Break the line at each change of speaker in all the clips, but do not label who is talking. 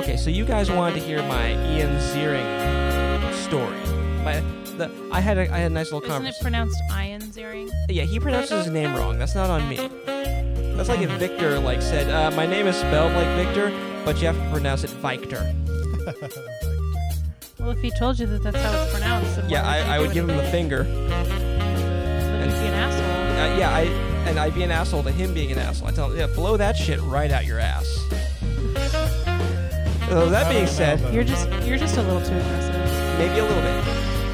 Okay, so you guys wanted to hear my Ian Ziering story. My, the, I had a, I had a nice little
Isn't it
conversation.
pronounced Ian Ziering?
yeah, he pronounces his name wrong. That's not on me. That's like if Victor like said, uh, "My name is spelled like Victor, but you have to pronounce it Victor."
Well, if he told you that that's how it's pronounced, then why
Yeah,
you
I, I
do
would give him the
anything?
finger.
Then you'd be an asshole.
Uh, yeah, I and I'd be an asshole to him being an asshole. I tell him, yeah, blow that shit right out your ass. So that being said,
You're just you're just a little too aggressive.
maybe a little bit.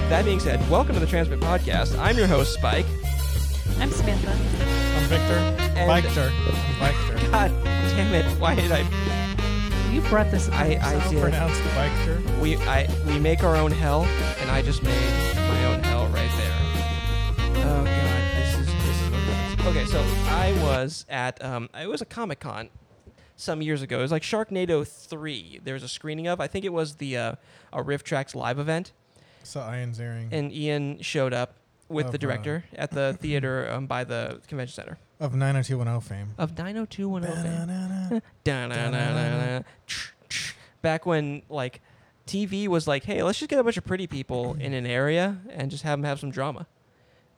That being said, welcome to the Transmit Podcast. I'm your host, Spike.
I'm Samantha.
I'm Victor.
And-
Victor. Victor.
God damn it! Why did I?
You brought this. upon
I- I
yourself.
did.
Pronounced Victor.
We I we make our own hell, and I just made my own hell right there. Oh god, this is this is what it is. Okay, so I was at um it was a Comic Con some years ago. It was like Sharknado three. There was a screening of. I think it was the uh, a Rift Tracks live event,
So Ian Ziering
and Ian showed up with
Mm-hmm. Of,
the
uh,
director at the theater um, by the convention center
of 90210 fame.
of
oh,
90210. Oh, fame.
Da-na-na.
Da-na-na-na-na. Tch, tch. back when like TV was like, hey, let's just get a bunch of pretty people in an area and just have them have some drama.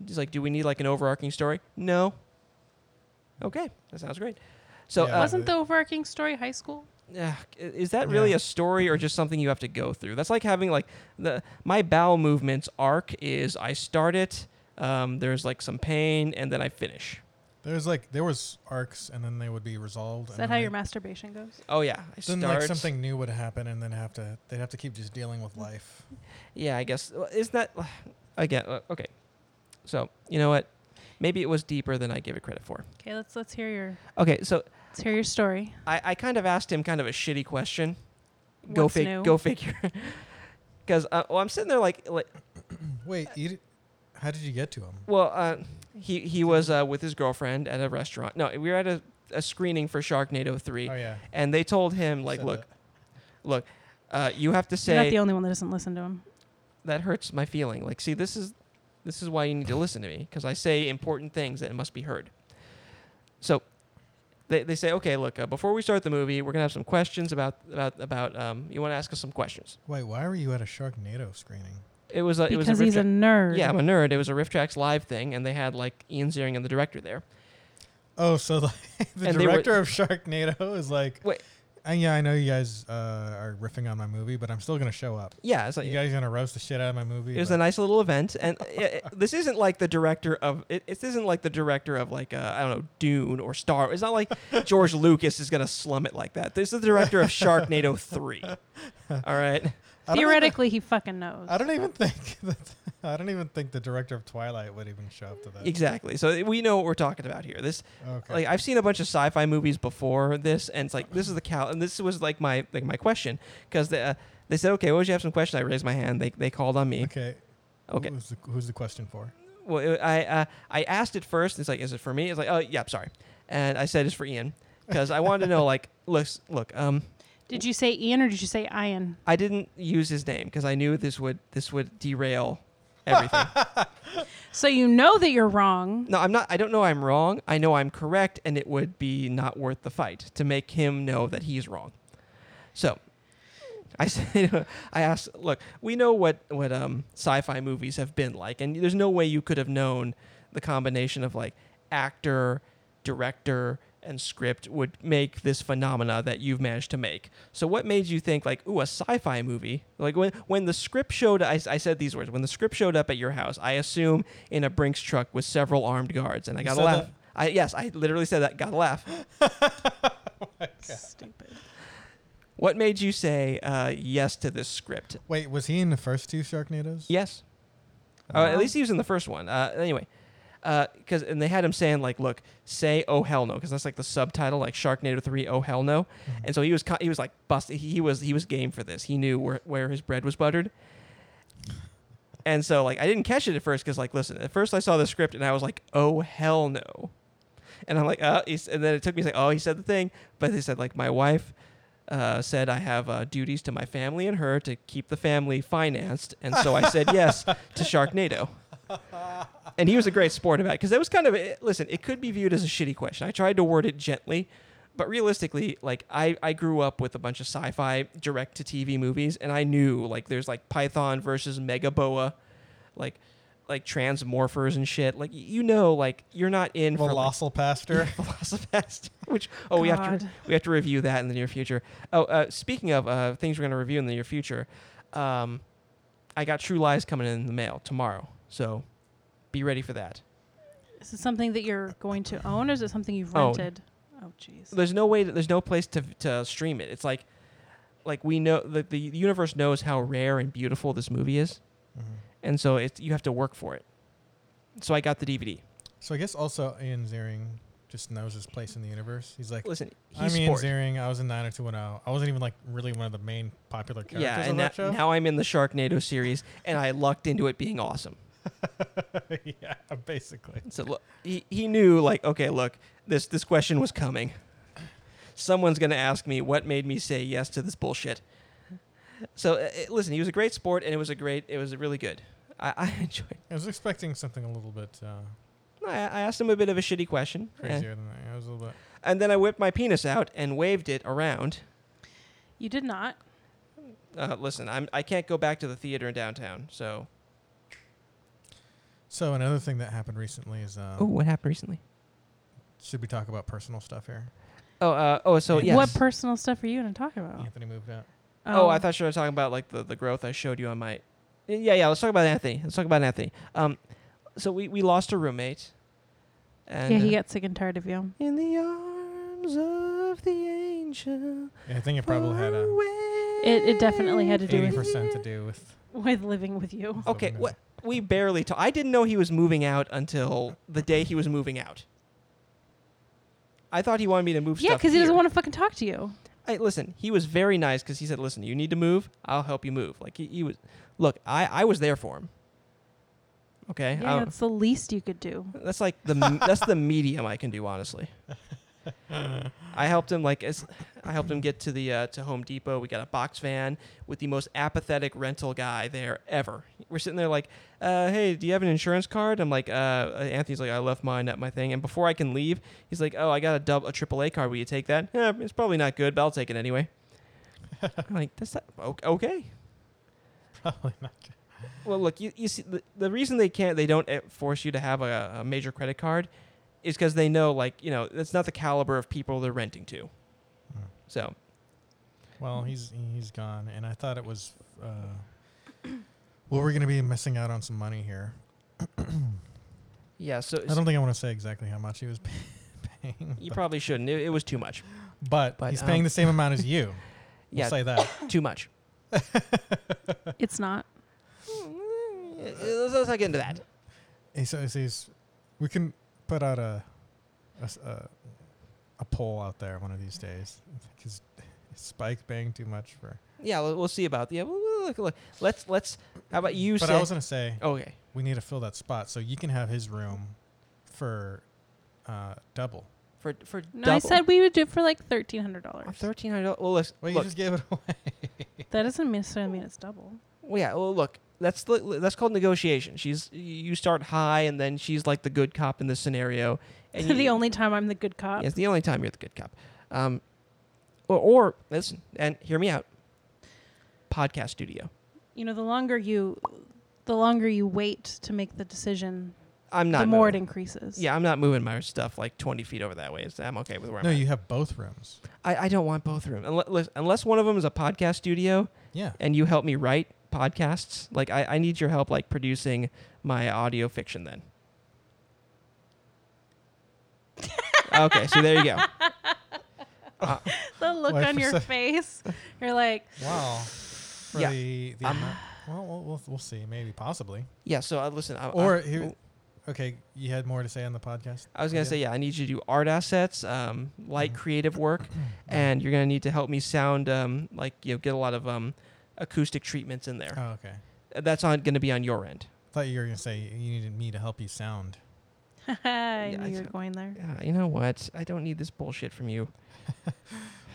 Just like, do we need like an overarching story? No. Okay, that sounds great. So,
Yeah.
uh,
Wasn't the overarching story high school?
ugh, is that really
Yeah.
a story or just something you have to go through? That's like having like the my bowel movements arc is I start it, um, there's like some pain, and then I finish.
There's like there was arcs, and then they would be resolved.
Is
and
that
then
how
they-
your masturbation goes?
Oh yeah, I
Then
start
like something new would happen, and then have to they'd have to keep just dealing with life.
Yeah, I guess. well, Is that again? uh, Okay. So you know what? Maybe it was deeper than I gave it credit for.
Okay, let's let's hear your
Okay, so
let's hear your story.
I, I kind of asked him kind of a shitty question. go
What's
fig-
new?
Go figure. Because uh, well, I'm sitting there like, like
Uh,
Wait, you, d- how did you get to him?
well, uh, he he was uh, with his girlfriend at a restaurant. No, we were at a, a screening for Sharknado three,
Oh yeah,
and they told him like,
Said
look, look, uh, you have to
You're
say
not the only one that doesn't listen to him.
that hurts my feeling. Like, see, this is this is why you need to listen to me because I say important things that must be heard. So they, they say, okay, look, uh, before we start the movie, we're gonna have some questions about about about. Um, you want to ask us some questions?
Wait, why were you at a Sharknado screening?
It was a, Uh, it was a
because
Rift
he's a
Track-
nerd.
yeah, I'm a nerd. It was a Rift Tracks live thing, and they had like Ian Ziering and the director there.
Oh, so like the
And they were-
director of Sharknado is like,
Wait.
"Uh, yeah, I know you guys uh, are riffing on my movie, but I'm still gonna show up.
Yeah, it's like,
You guys gonna roast the shit out of my movie?
it was
but-
a nice little event, and uh, it- it- this isn't like the director of it, it isn't like the director of like uh, I don't know Dune or Star. It's not like George Lucas is gonna slum it like that. This is the director of Sharknado three. All right,
I don't even-
Theoretically, he fucking knows.
I don't even think that I don't even think the director of Twilight would even show up to that.
exactly. So we know what we're talking about here. This
Okay.
like I've seen a bunch of sci-fi movies before this, and it's like this is the cal, and this was like my like my question because they, uh, they said okay, well, you have some questions. I raised my hand. They they called on me.
okay.
Okay.
Who's the, who's the question for?
well, it, I uh, I asked it first. It's like, is it for me? It's like, oh yeah, sorry. And I said it's for Ian because I wanted to know. Like, look, look. Um,
did you say Ian or did you say Ian?
I didn't use his name because I knew this would this would derail everything.
So you know that you're wrong.
no, I'm not. I don't know. I'm wrong. I know I'm correct, and it would be not worth the fight to make him know that he's wrong. So. I said, I asked, look, we know what, what um, sci fi movies have been like, and there's no way you could have known the combination of like actor, director, and script would make this phenomena that you've managed to make. So, what made you think, like, ooh, a sci fi movie? Like, when, when the script showed I, I said these words, when the script showed up at your house, I assume in a Brinks truck with several armed guards, and I
You
got to
said
laugh.
that?
I, yes, I literally said that, got to laugh.
Stupid.
What made you say uh, yes to this script?
Wait, was he in the first two Sharknados?
Yes. Uh, at
Wow.
least he was in the first one. Uh, anyway, because and they had him saying like, "Look, say oh hell no," because that's like the subtitle, like Sharknado Three, oh hell no. And so he was co- he was like busted. He was he was game for this. He knew where where his bread was buttered. And so like I didn't catch it at first because like listen, at first I saw the script and I was like, "Oh hell no," and I'm like, "Uh," he's, and then it took me like, "Oh, he said the thing," but they said like my wife. Uh, said I have uh, duties to my family and her to keep the family financed, and so I said yes to Sharknado and he was a great sport about it because that was kind of listen. It could be viewed as a shitty question. I tried to word it gently, but realistically, like I, I grew up with a bunch of sci-fi direct to TV movies, and I knew like there's like Python versus Megaboa, like like Transmorphers and shit. Like y- you know, like you're not in for like,
Velocil Pastor.
Velocipast, which oh we have to
God.
we have to review that in the near future. Oh, uh, speaking of uh, things we're gonna review in the near future, um, I got True Lies coming in the mail tomorrow, so be ready for that.
Is it something that you're going to own, or is it something you've
Own.
rented? Oh, jeez.
There's no way. There's no place to to stream it. It's like like we know the the universe knows how rare and beautiful this movie is,
Mhm.
and so it's you have to work for it. So I got the DVD.
So I guess also Ian Ziering just knows his place in the universe. He's like,
Listen,
I'm
he's
Ian
sport.
Ziering. I was in 90210. I wasn't even like really one of the main popular characters
Yeah,
on
and that,
that, show.
now I'm in the Sharknado series, and I lucked into it being awesome.
yeah, basically.
So look, he, he knew like, okay, look, this this question was coming. Someone's going to ask me what made me say yes to this bullshit. So uh, uh, listen, he was a great sport, and it was a great, it was really good. I, I enjoyed.
I was expecting something a little bit uh,
I, I asked him a bit of a shitty question, and,
crazier than that. I was a little bit.
and then I whipped my penis out and waved it around.
You did not.
Uh, listen, I'm I can't go back to the theater in downtown, so.
So another thing that happened recently is um,
Oh, what happened recently?
should we talk about personal stuff here?
Oh, uh, oh, so yes.
What personal stuff are you going to talk about?
Anthony moved out.
Oh,
Um,
I thought you were talking about like the, the growth I showed you on my. Yeah, yeah. Let's talk about Anthony. Let's talk about Anthony. Um, so we, we lost a roommate. And
Yeah, he
uh,
got sick and tired of you.
in the arms of the angel.
Yeah, I think it probably had
far
a
away.
It- it definitely had to do
eighty
with-
percent to do with.
With living with you.
Oh, Okay,
the-
what we barely. Ta- I didn't know he was moving out until the day he was moving out. I thought he wanted me to move.
Yeah,
because
because he doesn't want to fucking talk to you.
I, listen, he was very nice because he said, "Listen, you need to move. I'll help you move." Like he, he was. Look, I I was there for him. Okay, I
Yeah,
don't-
that's the least you could do.
That's like the m- that's the medium I can do honestly. I helped him like as I helped him get to the uh, to Home Depot. We got a box van with the most apathetic rental guy there ever. We're sitting there like, uh, "Hey, do you have an insurance card?" I'm like, uh, "Anthony's like, I left mine at my thing." And before I can leave, he's like, "Oh, I got a double a AAA card. Will you take that?" Yeah, it's probably not good, but I'll take it anyway. I'm like, that's not, o- okay.
Probably not. good.
Well, look, you, you see, the, the reason they can't, they don't eh, force you to have a, a major credit card is because they know, like, you know, that's not the caliber of people they're renting to.
Hmm.
So,
Well, he's he's gone, and I thought it was. Uh, well, we're gonna be missing out on some money here.
yeah, so,
I don't think I want to say exactly how much he was paying,
you
but,
probably shouldn't. It, it was too much.
but
but,
he's
um,
paying the same amount as you. We'll
Yeah,
say that.
too much.
It's not.
Eh, Let's, let's not get into that.
He says he's. We can put out a a, s- a- a poll out there one of these days. Is, is Spike paying too much for?
Yeah, we'll, we'll see about the. Yeah, we'll- we'll look, look, let's let's. How about you
but
say?
I was gonna say
okay,
we need to fill that spot, so you can have his room for uh, double.
for for
No,
double.
I said we would do it for like thirteen hundred dollars.
thirteen hundred. Well, let's,
Well, you
look,
just gave it away.
That doesn't necessarily mean it's double.
Well, yeah. Well, look, that's the, that's called negotiation. She's you start high, and then she's like the good cop in this scenario. And you,
the only time I'm the good
yeah,
cop.
it's the only time you're the good cop. Um, or, or listen and hear me out. Podcast studio.
You know, the longer you, the longer you wait to make the decision,
I'm not
the more it
moving-
increases.
Yeah, I'm not moving my stuff like 20 feet over that way. It's- I'm okay with where
no,
I'm. at.
you have both rooms.
I, I don't want both rooms unless unless one of them is a podcast studio
Yeah.
and you help me write podcasts. Like I, I need your help like producing my audio fiction then. okay, so there you go. Uh,
The look
Why
on
for
your
se-
face, you're like,
Wow. For
Yeah.
the, the
Um,
amount- well, we'll, we'll, we'll see. Maybe, possibly.
yeah, so uh, listen, I,
Or
I,
here- Okay, you had more to say on the podcast.
I was gonna say yeah, I need you to do art assets, um, light
Mhm.
creative work, and you're gonna need to help me sound um, like you know get a lot of um, acoustic treatments in there.
Oh, okay.
That's on gonna be on your end.
Thought you were gonna say you needed me to help you sound.
I
Yeah, I
knew you were
said-
going there.
Uh, you know what? I don't need this bullshit from you.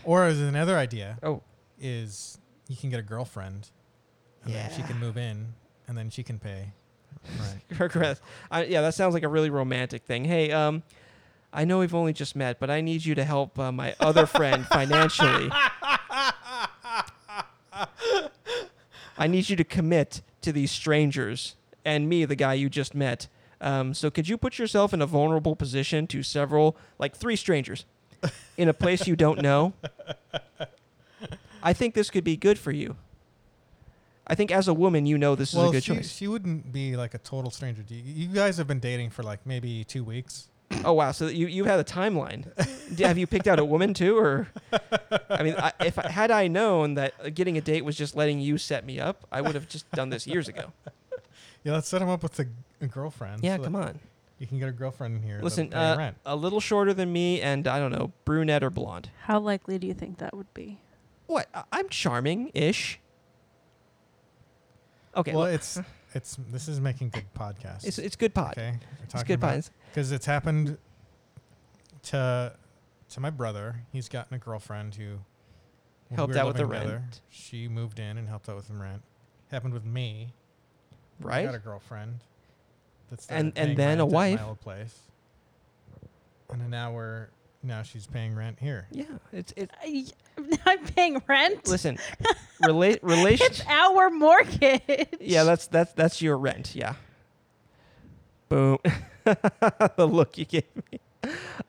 Or as another idea
Oh,
is you can get a girlfriend, and then she
Yeah.
can move in, and then she can pay. Right.
Regress. I, yeah, that sounds like a really romantic thing. Hey, um, I know we've only just met, but I need you to help uh, my other friend financially. I need you to commit to these strangers and me, the guy you just met. Um, so could you put yourself in a vulnerable position to several, like three strangers, in a place you don't know? I think this could be good for you. I think as a woman, you know this is
well,
a good
she,
choice.
she wouldn't be like a total stranger. to You You guys have been dating for like maybe two weeks.
Oh wow! So you you had a timeline. D- Have you picked out a woman too, or I mean, I, if I, had I known that uh, getting a date was just letting you set me up, I would have just done this years ago.
Yeah, let's set him up with a, a girlfriend.
Yeah,
so that
come on.
You can get a girlfriend in here. that'll
Listen,
pay
uh,
rent.
a little shorter than me, and I don't know, brunette or blonde.
How likely do you think that would be?
What? I- I'm charming-ish. Okay,
well,
look,
it's it's this is making good podcast.
it's it's good pot.
okay,
It's good pot.
because it's happened to to my brother. He's gotten a girlfriend who when
Helped
were
out with the
living
rent.
She moved in and helped out with the rent. Happened with me. I got
right?
a girlfriend. That's
And- and then a wife.
my old place. And then now we're now she's paying rent here.
Yeah, it's it.
I, I'm paying rent.
Listen, relate relation.
It's our mortgage.
Yeah, that's that's that's your rent. Yeah. Boom. the look you gave me.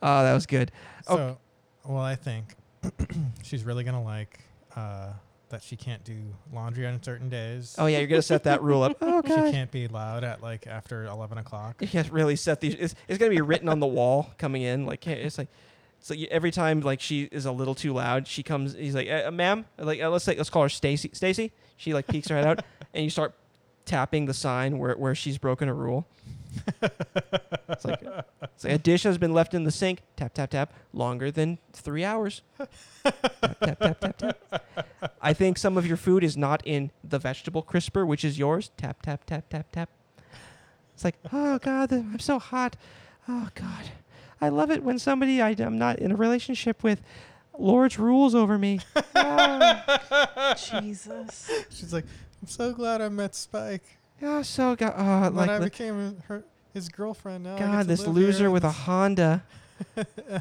Oh, that was good.
So,
Oh.
well, I think she's really gonna like uh, that she can't do laundry on certain days.
Oh yeah, you're gonna set that rule up. Oh
she
god.
can't be loud at like after eleven o'clock.
You can't really set these. It's, it's gonna be written on the wall coming in. Like hey, it's like. So you, every time like she is a little too loud, she comes. He's like, uh, "Ma'am, like uh, let's say let's call her Stacy. Stacy." She like peeks her head out, and you start tapping the sign where, where she's broken a rule. it's like it's like a dish has been left in the sink. Tap tap tap. Longer than three hours. tap, tap tap tap tap. I think some of your food is not in the vegetable crisper, which is yours. Tap tap tap tap tap. It's like, oh God, th- I'm so hot. Oh God, I love it when somebody I, am not in a relationship with lords rules over me. Oh,
Jesus.
She's like, I'm so glad I met Spike.
oh, so God, oh,
When I
like
became her his girlfriend now. I get
God,
to
this
live here
loser with a
and-
Honda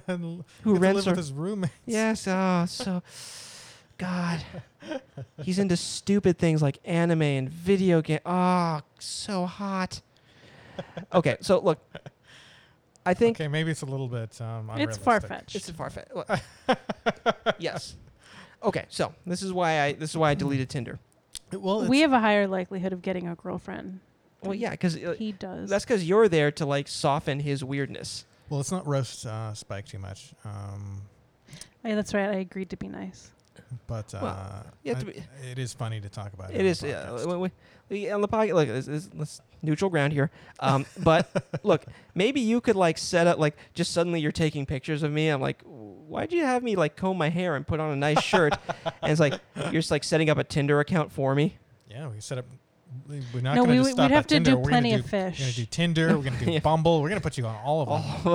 and l-
who
get to
rents
live
her.
with his roommate.
Yes, oh, so God, he's into stupid things like anime and video game. Oh, so hot. Okay, so look, I think
Okay, maybe it's a little bit um
It's
unrealistic.
far fetched.
It's far fetched. yes. Okay, so this is why I this is why I deleted Tinder.
It- Well, it's,
we have a higher likelihood of getting a girlfriend.
Well,
than
yeah, because
he does.
that's because you're there to like soften his weirdness.
well, let's not roast uh, Spike too much. Um,
Oh, yeah, that's right. I agreed to be nice.
but uh,
Well, you have to
I-
be-
it is funny to talk about. It,
It
on
is
the
yeah,
podcast.
we, we, we- on the pocket. Look, it's, it's, it's neutral ground here. Um, but look, maybe you could like set up like just suddenly you're taking pictures of me. I'm like, why'd you have me like comb my hair and put on a nice shirt? and it's like you're just like setting up a Tinder account for me.
yeah, we set up. We're not
No,
going
we
to
would-
stop
we'd
at
have to
Tinder.
do
we're
Plenty
gonna
of
do, We're going
Fish.
to do Tinder. We're going to do
Yeah.
Bumble. We're going to put you on all of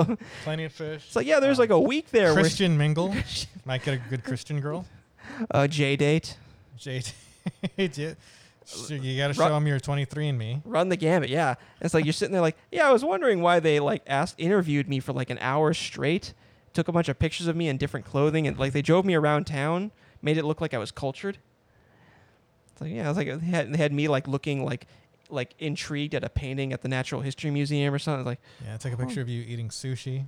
them.
Oh,
Plenty of Fish.
it's like yeah, there's
uh,
like a week there where
Christian mingle. Might get a good Christian girl.
uh, J date.
JT. you got to
Ru-
show them you're 23 and me.
run the gamut yeah it's like you're sitting there like yeah i was wondering why they like asked interviewed me for like an hour straight took a bunch of pictures of me in different clothing and like they drove me around town made it look like i was cultured it's like yeah it's like they had, they had me like looking like like intrigued at a painting at the natural history museum or something like
Yeah, take a
Uh-huh.
picture of you eating sushi.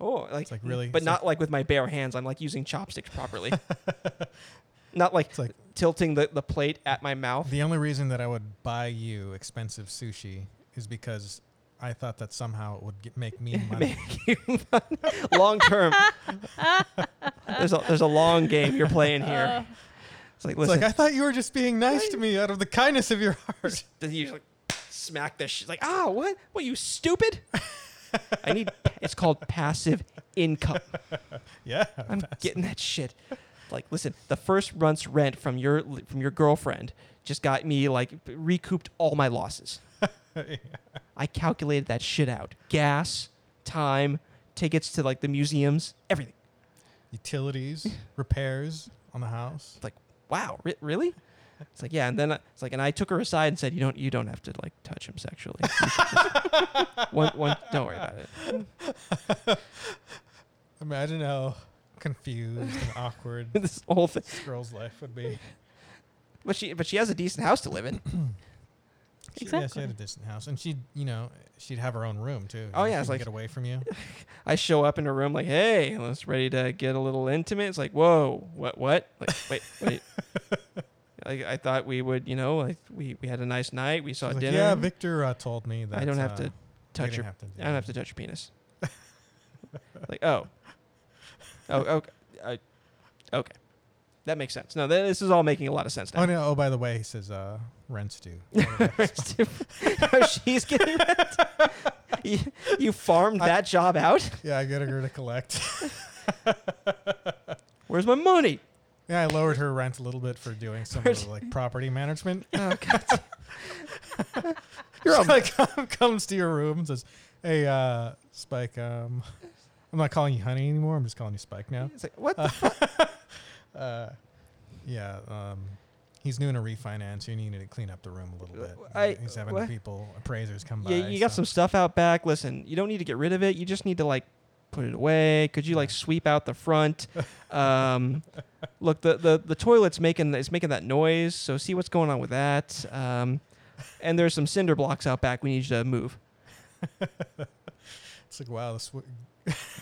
oh like,
It's like really-
but
it's
not like with my bare hands i'm like using chopsticks properly not like,
It's like-
tilting the, the plate at my mouth
The only reason that I would buy you expensive sushi is because I thought that somehow it would get, make me money.
long term there's a there's a long game you're playing here
Uh,
It's like,
it's
listen,
like I thought you were just being nice to me out of the kindness of your heart.
then you just like smack this. She's like, ah, what? What you stupid? I need. It's called passive income.
Yeah.
I'm getting that shit. Like, listen, the first month's rent from your from your girlfriend just got me like recouped all my losses. I calculated that shit out: gas, time, tickets to like the museums, everything.
Utilities, repairs on the house.
Like, wow, re- really? It's like yeah, and then I, it's like, and I took her aside and said, you don't, you don't have to like touch him sexually. You should just- one, one, don't worry about it.
Imagine how confused and awkward
this whole thing.
this girl's life would be.
But she, but she has a decent house to live in.
She, Yeah, she
Exactly.
had a distant house, and she'd you know she'd have her own room too. You
Oh,
know,
yeah,
she
it's
could
like-
get away from you.
I show up in her room like, hey, let's ready to get a little intimate. It's like, whoa, what, what? Like, wait, wait. Like, I thought we would, you know, like we, we had a nice night. We saw
She's like,
dinner.
yeah, Victor uh, told me that
I don't have
uh,
to
you
touch
didn't
your
Have to do
I don't have to touch your penis. like, oh. Oh, okay. I, okay. That makes sense. No, th- this is all making a lot of sense
Oh
now.
no! Oh, by the way, he says uh, rent's due.
Oh, she's getting rent. You, you farmed that job out?
yeah, I got her to collect.
Where's my money?
yeah, I lowered her rent a little bit for doing some of the, like property management.
Oh, God.
You're like comes to your room and says, "Hey, uh, Spike, um, I'm not calling you honey anymore. I'm just calling you Spike now."
It's like, what the?
Uh, yeah, um, he's doing a refinance. You needed to clean up the room a little bit.
Uh, I-
he's having
what?
people appraisers come by.
yeah, you got
so-
some stuff out back. Listen, you don't need to get rid of it. You just need to, like, put it away. Could you, like, sweep out the front? Um, look, the, the, the toilet's making, it's making that noise, so see what's going on with that. Um, and there's some cinder blocks out back we need you to move.
It's like wow, this w-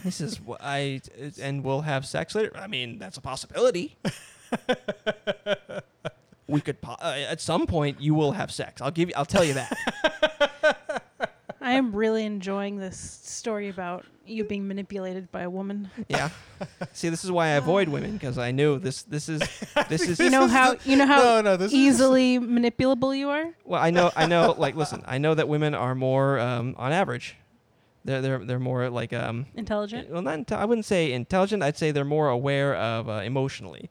This is what I and we'll have sex later. I mean, that's a possibility. we could po- uh, at some point you will have sex. I'll give you. I'll tell you that.
I am really enjoying this story about you being manipulated by a woman.
yeah. See, this is why I avoid women because I knew this. This is this is.
You know how you know how
no, no, this
easily manipulable you are.
Well, I know. I know. Like, listen. I know that women are more um, on average. They're they're they're more like um.
Intelligent.
Well, not. Inte- I wouldn't say intelligent. I'd say they're more aware of uh, emotionally.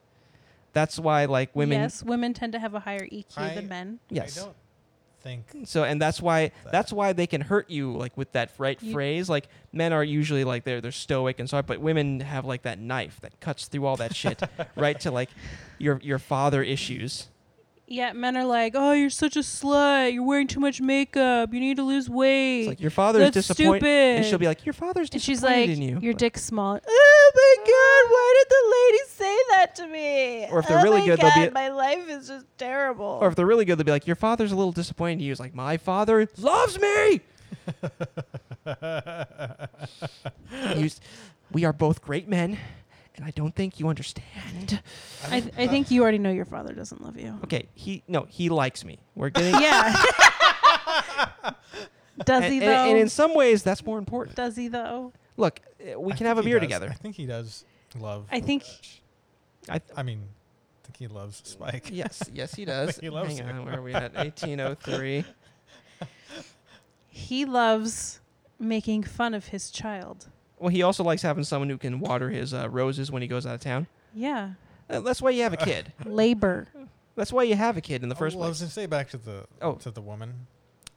That's why like women.
Yes, women tend to have a higher EQ
I-
than men.
Is,
Yes.
I don't think
So and that's why
That-
that's why they can hurt you like with that right
You-
phrase. Like men are usually like they're they're stoic and sorry, but women have like that knife that cuts through all that shit right to like your your father issues.
Yeah, men are like, "Oh, you're such a slut. You're wearing too much makeup. You need to lose weight."
It's like your father's
That's
disappointed and she'll
stupid.
be like your father's
and she's
disappointed
like,
in you.
"Your
But-
dick's small." Oh my god, why did the lady say that to me?
Or if they're
oh
really
my
good, they'll
god,
be-
my life is just terrible.
or if they're really good, they'll be like, "Your father's a little disappointed in you." It's like, "My father loves me." You s- we are both great men, and I don't think you understand.
I, th- I think you already know your father doesn't love you.
Okay, he no, he likes me. We're getting
yeah. Does
and,
he
and-
though?
and in some ways that's more important.
Does he though?
Look, uh, we
I
can
think
have a
he
beer
does-
together.
I think he does love.
I think-
I th-
I mean, I think he loves Spike.
yes, yes, he does.
He loves
Hang
you.
on, where are we at? 1803.
He loves making fun of his child.
Well, he also likes having someone who can water his uh, roses when he goes out of town.
Yeah.
Uh, that's why you have a kid.
Labor.
That's why you have a kid in the first
well, I was
place.
gonna say back to the
Oh.
to the woman.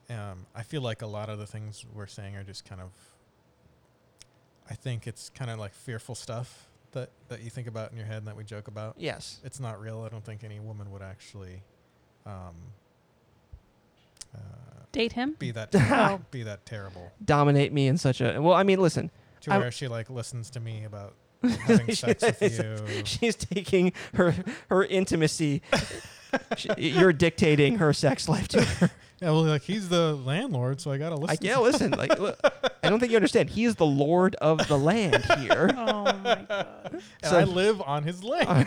Um, I feel like a lot of the things we're saying are just kind of. I think it's kind of like fearful stuff that that you think about in your head and that we joke about.
Yes.
It's not real. I don't think any woman would actually, um, uh,
Date him?
be that
Oh.
be that terrible
Dominate me in such a well. I mean, listen,
to
I-
where she like listens to me about having sex with you.
she's taking her her intimacy. She- you're dictating her sex life to her.
Yeah, well, like he's the landlord, so I gotta listen.
Like, yeah, listen, like, look, I don't think you understand. He is the lord of the land here.
Oh my
Uh,
god.
and
so-
I live on his land.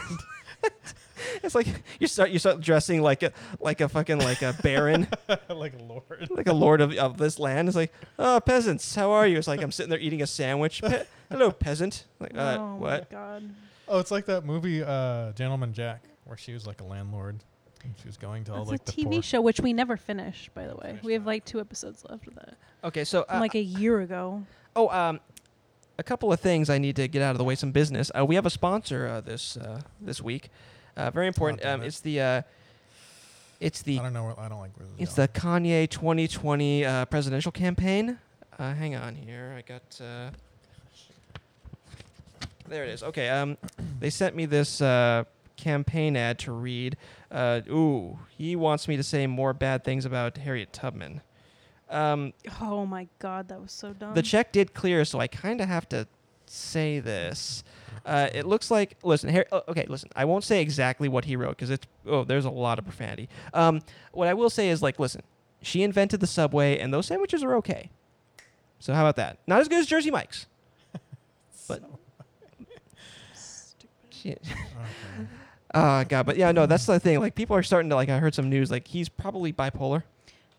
It's like you start you start dressing like a like a fucking like a baron,
like a lord.
like a lord of, of this land. It's like, oh peasants, how are you? It's like I'm sitting there eating a sandwich. Pe- Hello, peasant. Like, uh,
oh
what?
my god.
Oh, it's like that movie uh, Gentleman Jack, where she was like a landlord. And she was going to all
That's
like
a
the
TV
poor.
show which we never finish, by the
Never
way.
finished
We have
that.
like two episodes left of that.
Okay, so uh,
From like a year ago.
oh um, a couple of things I need to get out of the way. Some business. Uh, we have a sponsor uh, this uh, this week. Uh, very important.
damn
Um,
it.
it's the uh, it's the
I don't know. where- I don't like where this is
It's the
going.
Kanye 2020 uh, presidential campaign. Uh, hang on here. I got. Uh, there it is. Okay. Um, they sent me this uh, campaign ad to read. Uh, ooh, he wants me to say more bad things about Harriet Tubman. Um,
Oh my god, that was so dumb.
the check did clear, so I kind of have to say this. Uh, it looks like listen here. oh, Okay, listen. I won't say exactly what he wrote because it's oh, there's a lot of profanity. Um, what I will say is like, listen, she invented the subway, and those sandwiches are okay. So how about that? Not as good as Jersey Mike's. But
Stupid.
she,
Okay.
oh god, but yeah, no, that's the thing. Like people are starting to like. I heard some news like he's probably bipolar.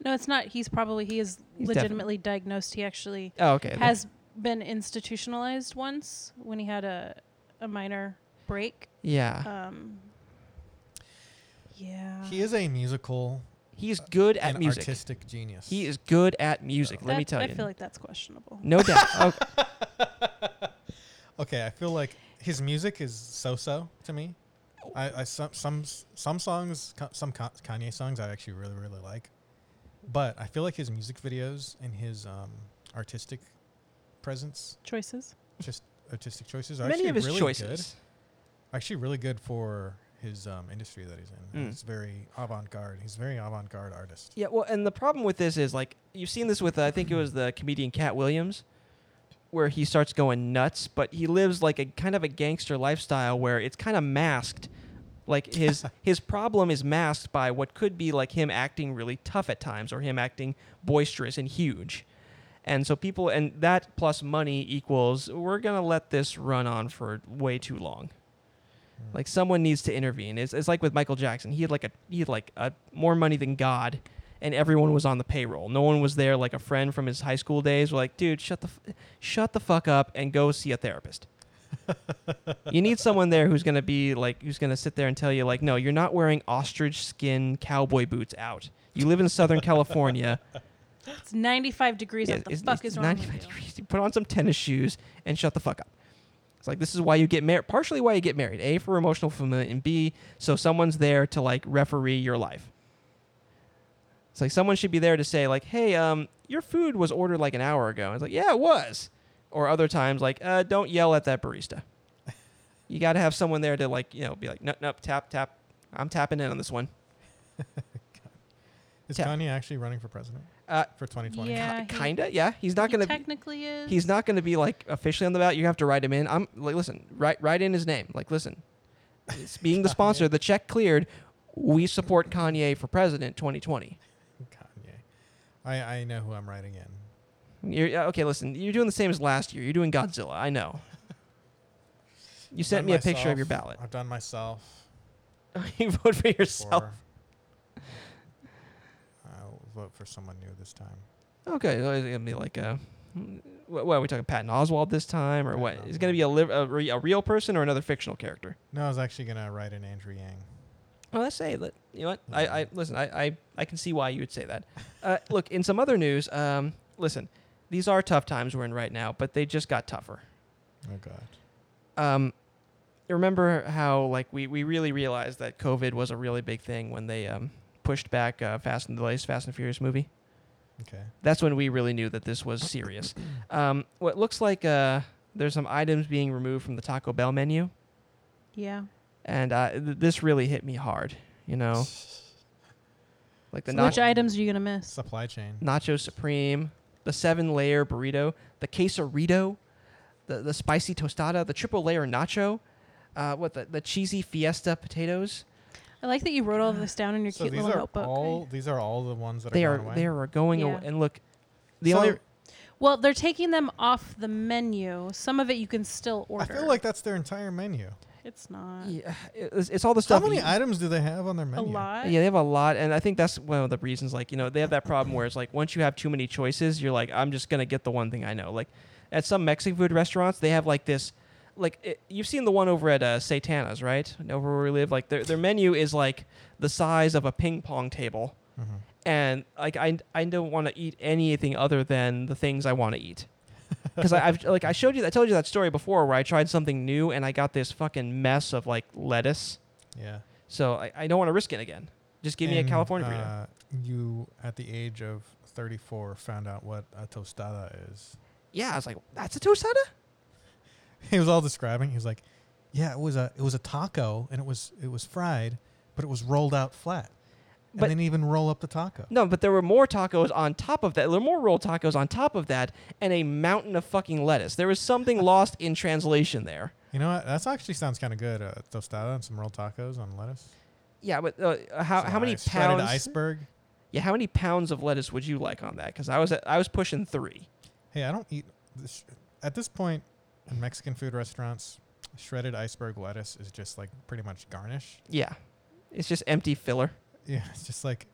No, it's not. He's probably he is
He's definitely-
legitimately diagnosed. He actually
Oh okay.
has been institutionalized once when he had a a minor break.
yeah,
Um, yeah.
He is a musical
he's good at
and
music.
artistic genius.
He is good at music. Let me
That-
tell
I
you.
feel like that's questionable.
no doubt. Oh,
Okay, I feel like his music is so-so to me. I, I some some some songs, co- some Ka- Kanye songs, I actually really really like, but I feel like his music videos and his um, artistic presence,
Choices.
just artistic choices, are
many
actually
of his
really good.
choices.
Actually, really good for his um, industry that he's in.
Mm.
He's very avant-garde. He's a very avant-garde artist.
Yeah, well, and the problem with this is like you've seen this with uh, I think it was the comedian Cat Williams, where he starts going nuts, but he lives like a kind of a gangster lifestyle where it's kind of masked. Like his his problem is masked by what could be like him acting really tough at times or him acting boisterous and huge. And so people and that plus money equals we're gonna let this run on for way too long.
Hmm.
Like someone needs to intervene. It's, it's like with Michael Jackson. He had like a he had like a more money than God, and everyone was on the payroll. No one was there like a friend from his high school days. Were like, dude, shut the f- shut the fuck up and go see a therapist. you need someone there who's gonna be like who's gonna sit there and tell you like, no, you're not wearing ostrich skin cowboy boots out. You live in Southern California.
It's 95 degrees.
Yeah,
what the
it's-
fuck
it's
is wrong
95
with you?
degrees. Put on some tennis shoes and shut the fuck up. It's like this is why you get married. Partially why you get married. A for emotional fulfillment, and B so someone's there to like referee your life. It's like someone should be there to say like, "Hey, um, your food was ordered like an hour ago." It's like, "Yeah, it was." Or other times like, uh, "Don't yell at that barista." you got to have someone there to like, you know, be like, "Nope, nope, tap, tap. I'm tapping in on this one."
Is
Yeah.
Kanye actually running for president
Uh,
for 2020?
Yeah, he-
kinda, yeah. He's not
He
gonna. be,
technically is.
he's not going to be like officially on the ballot. You have to write him in. I'm like, listen, write write in his name. Like, listen, it's being the sponsor. The check cleared. We support Kanye for president 2020.
Kanye. I, I know who I'm writing in.
You're, yeah, okay, listen, you're doing the same as last year. You're doing Godzilla. I know. You sent
Done
me a picture of
myself.
your ballot.
I've done myself.
you vote for yourself.
Or I'll vote for someone new this time.
Okay, so it's gonna be like a. What, what are we talking? Patton Oswald this time, or what?
Patton
Is it gonna be a, liv- a, re- a real person or another fictional character?
No, I was actually gonna write in Andrew Yang.
Well, let's say that you know what I, I
Mhm.
listen. I, I I can see why you would say that. Uh, look, in some other news, um, listen, these are tough times we're in right now, but they just got tougher.
Oh God.
Um, remember how like we, we really realized that COVID was a really big thing when they um, pushed back uh, Fast and the latest Fast and Furious movie.
Okay.
That's when we really knew that this was serious. um, what looks like uh, there's some items being removed from the Taco Bell menu,
Yeah.
and uh, th- this really hit me hard. You know, like the
So
nacho-
which items are you gonna miss?
Supply chain.
Nacho Supreme, the seven layer burrito, the quesarito, the, the spicy tostada, the triple layer nacho, uh, what the, the cheesy fiesta potatoes.
I like that you wrote all of this down in your
So
cute
these
little
are
notebook.
all these are all the ones that
They
are
are
going away.
they are going away.
Yeah.
And look, the
So,
only
Well, they're taking them off the menu. Some of it you can still
I
order.
feel like that's their entire menu.
it's not
yeah, it's, it's all the stuff.
How many
you-
items do they have on their
a
menu?
lot.
yeah, they have a lot, and I think that's one of the reasons. Like, you know, they have that problem where it's like once you have too many choices, you're like, I'm just gonna get the one thing I know. Like, at some Mexican food restaurants, they have like this, like it, you've seen the one over at uh, Satana's, right? Over where we live, like their their menu is like the size of a ping pong table,
Mhm.
and like I I don't want to eat anything other than the things I want to eat. Because I've like I showed you, I told you that story before where I tried something new and I got this fucking mess of like lettuce.
Yeah.
So I, I don't want to risk it again. Just give me a
And,
California burrito.
Uh, you at the age of 34 found out what a tostada is.
yeah, I was like, that's a tostada?
He was all describing. He was like, Yeah, it was a it was a taco and it was it was fried, but it was rolled out flat.
But-
and then even roll up the taco.
No, but there were more tacos on top of that. There were more rolled tacos on top of that, and a mountain of fucking lettuce. There was something lost in translation there.
You know what? That actually sounds kind of good. A tostada and some rolled tacos on lettuce.
Yeah, but uh, how,
Some
how many
ice- shredded
pounds?
iceberg.
Yeah, how many pounds of lettuce would you like on that? Because I was at, I was pushing three.
Hey, I don't eat this. At this point, in Mexican food restaurants, shredded iceberg lettuce is just like pretty much garnish.
Yeah, it's just empty filler.
Yeah, it's just like,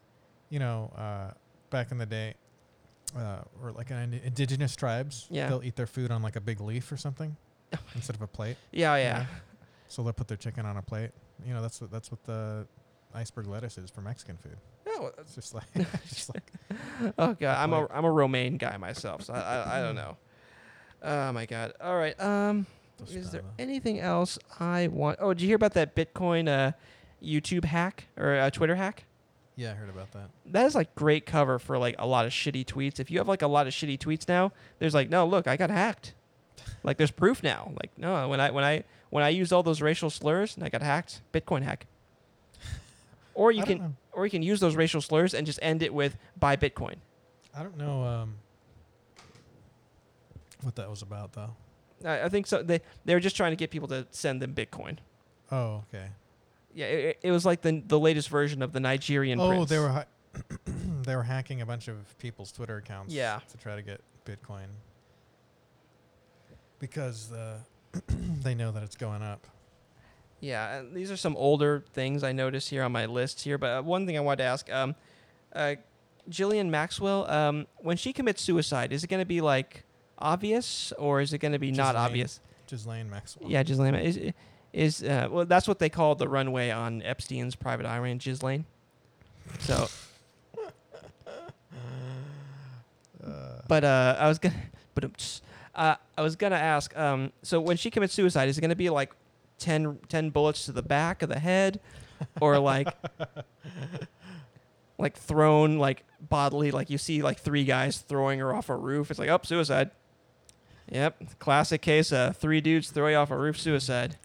you know, uh, back in the day, uh, or like in ind- indigenous tribes,
Yeah. Oh
they'll eat their food on like a big leaf or something instead of a plate.
Yeah, yeah.
So they'll put their chicken on a plate. You know, that's what that's what the iceberg lettuce is for Mexican food.
Oh,
It's just like, it's just like
oh god, I'm a
Like-
I'm a romaine guy myself, so I, I I don't know. Oh my god. All right. Um, is there
tostada.
anything else I want? Oh, did you hear about that Bitcoin uh, YouTube hack or uh, Twitter hack?
yeah, I heard about that.
that is like great cover for like a lot of shitty tweets. If you have like a lot of shitty tweets now, there's like, no, look, I got hacked. Like there's proof now. Like no, when I when I when I used all those racial slurs and I got hacked, Bitcoin hack. Or you
I don't
can
know.
or you can use those racial slurs and just end it with buy Bitcoin.
I don't know um, what that was about though.
I, I think so. They they're just trying to get people to send them Bitcoin.
Oh, okay.
Yeah, it, it was like the the latest version of the Nigerian.
oh,
prince.
they were ha- they were hacking a bunch of people's Twitter accounts.
Yeah.
To try to get Bitcoin because uh, they know that it's going up.
Yeah, and these are some older things I noticed here on my list here. But uh, one thing I wanted to ask, um, uh, Jillian Maxwell, um, when she commits suicide, is it going to be like obvious or is it going to be not
Ghislaine.
obvious?
Ghislaine Maxwell.
Yeah, Ghislaine is is uh, well, that's what they called the runway on Epstein's private island, Ghislaine. So, but uh, I was gonna, but uh, I was gonna ask. Um, so when she commits suicide, is it gonna be like 10, 10 bullets to the back of the head, or like like thrown like bodily? Like you see like three guys throwing her off a roof. It's like up suicide. Yep, classic case of three dudes throw you off a roof, suicide.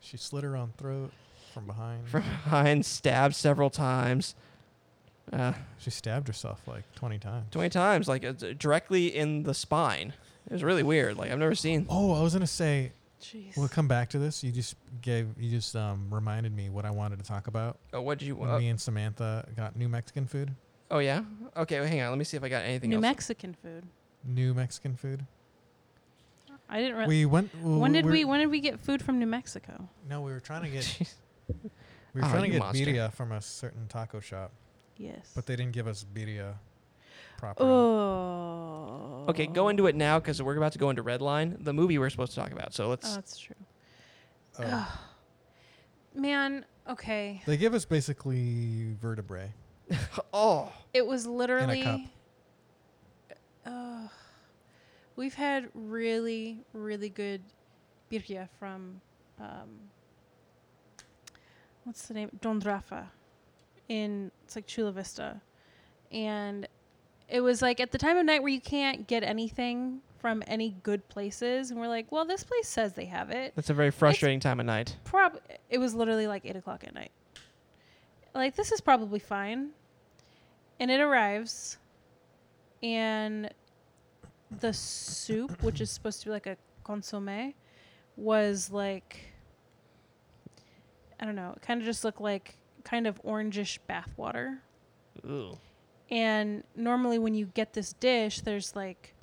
She slit her own throat from behind.
From behind, stabbed several times. Uh,
she stabbed herself like twenty times.
20 times, like uh, d- directly in the spine. It was really weird. Like, I've never seen.
Oh, I was gonna say
Jeez.
we'll come back to this. You just gave you just um, reminded me what I wanted to talk about
Oh, what did you.
when
Uh,
me and Samantha got new Mexican food.
oh, yeah? Okay, well, hang on. Let me see if I got anything
New
else.
Mexican food.
New Mexican food.
I didn't. Re-
We went.
when did
were-
we? When did we get food from New Mexico?
No, we were trying to get
Jeez.
we were
Oh,
trying to
you
get
monster.
birria from a certain taco shop,
Yes.
but they didn't give us birria proper.
oh.
Okay, go into it now because we're about to go into Red Line, the movie we're supposed to talk about. So
Oh,
let's.
that's true.
Oh.
Man, okay.
They give us basically vertebrae.
oh,
It was literally.
cup.
Ugh. we've had really, really good birria from, um, what's the name? Don Rafa in, it's like Chula Vista. And it was like at the time of night where you can't get anything from any good places. And we're like, well, this place says they have it.
that's a very frustrating time of night.
prob it was literally like eight o'clock at night. Like this is probably fine. And it arrives and the soup, which is supposed to be like a consomme, was like I don't know, it kinda just looked like kind of orangish bathwater.
Ooh.
And normally, when you get this dish, there's like,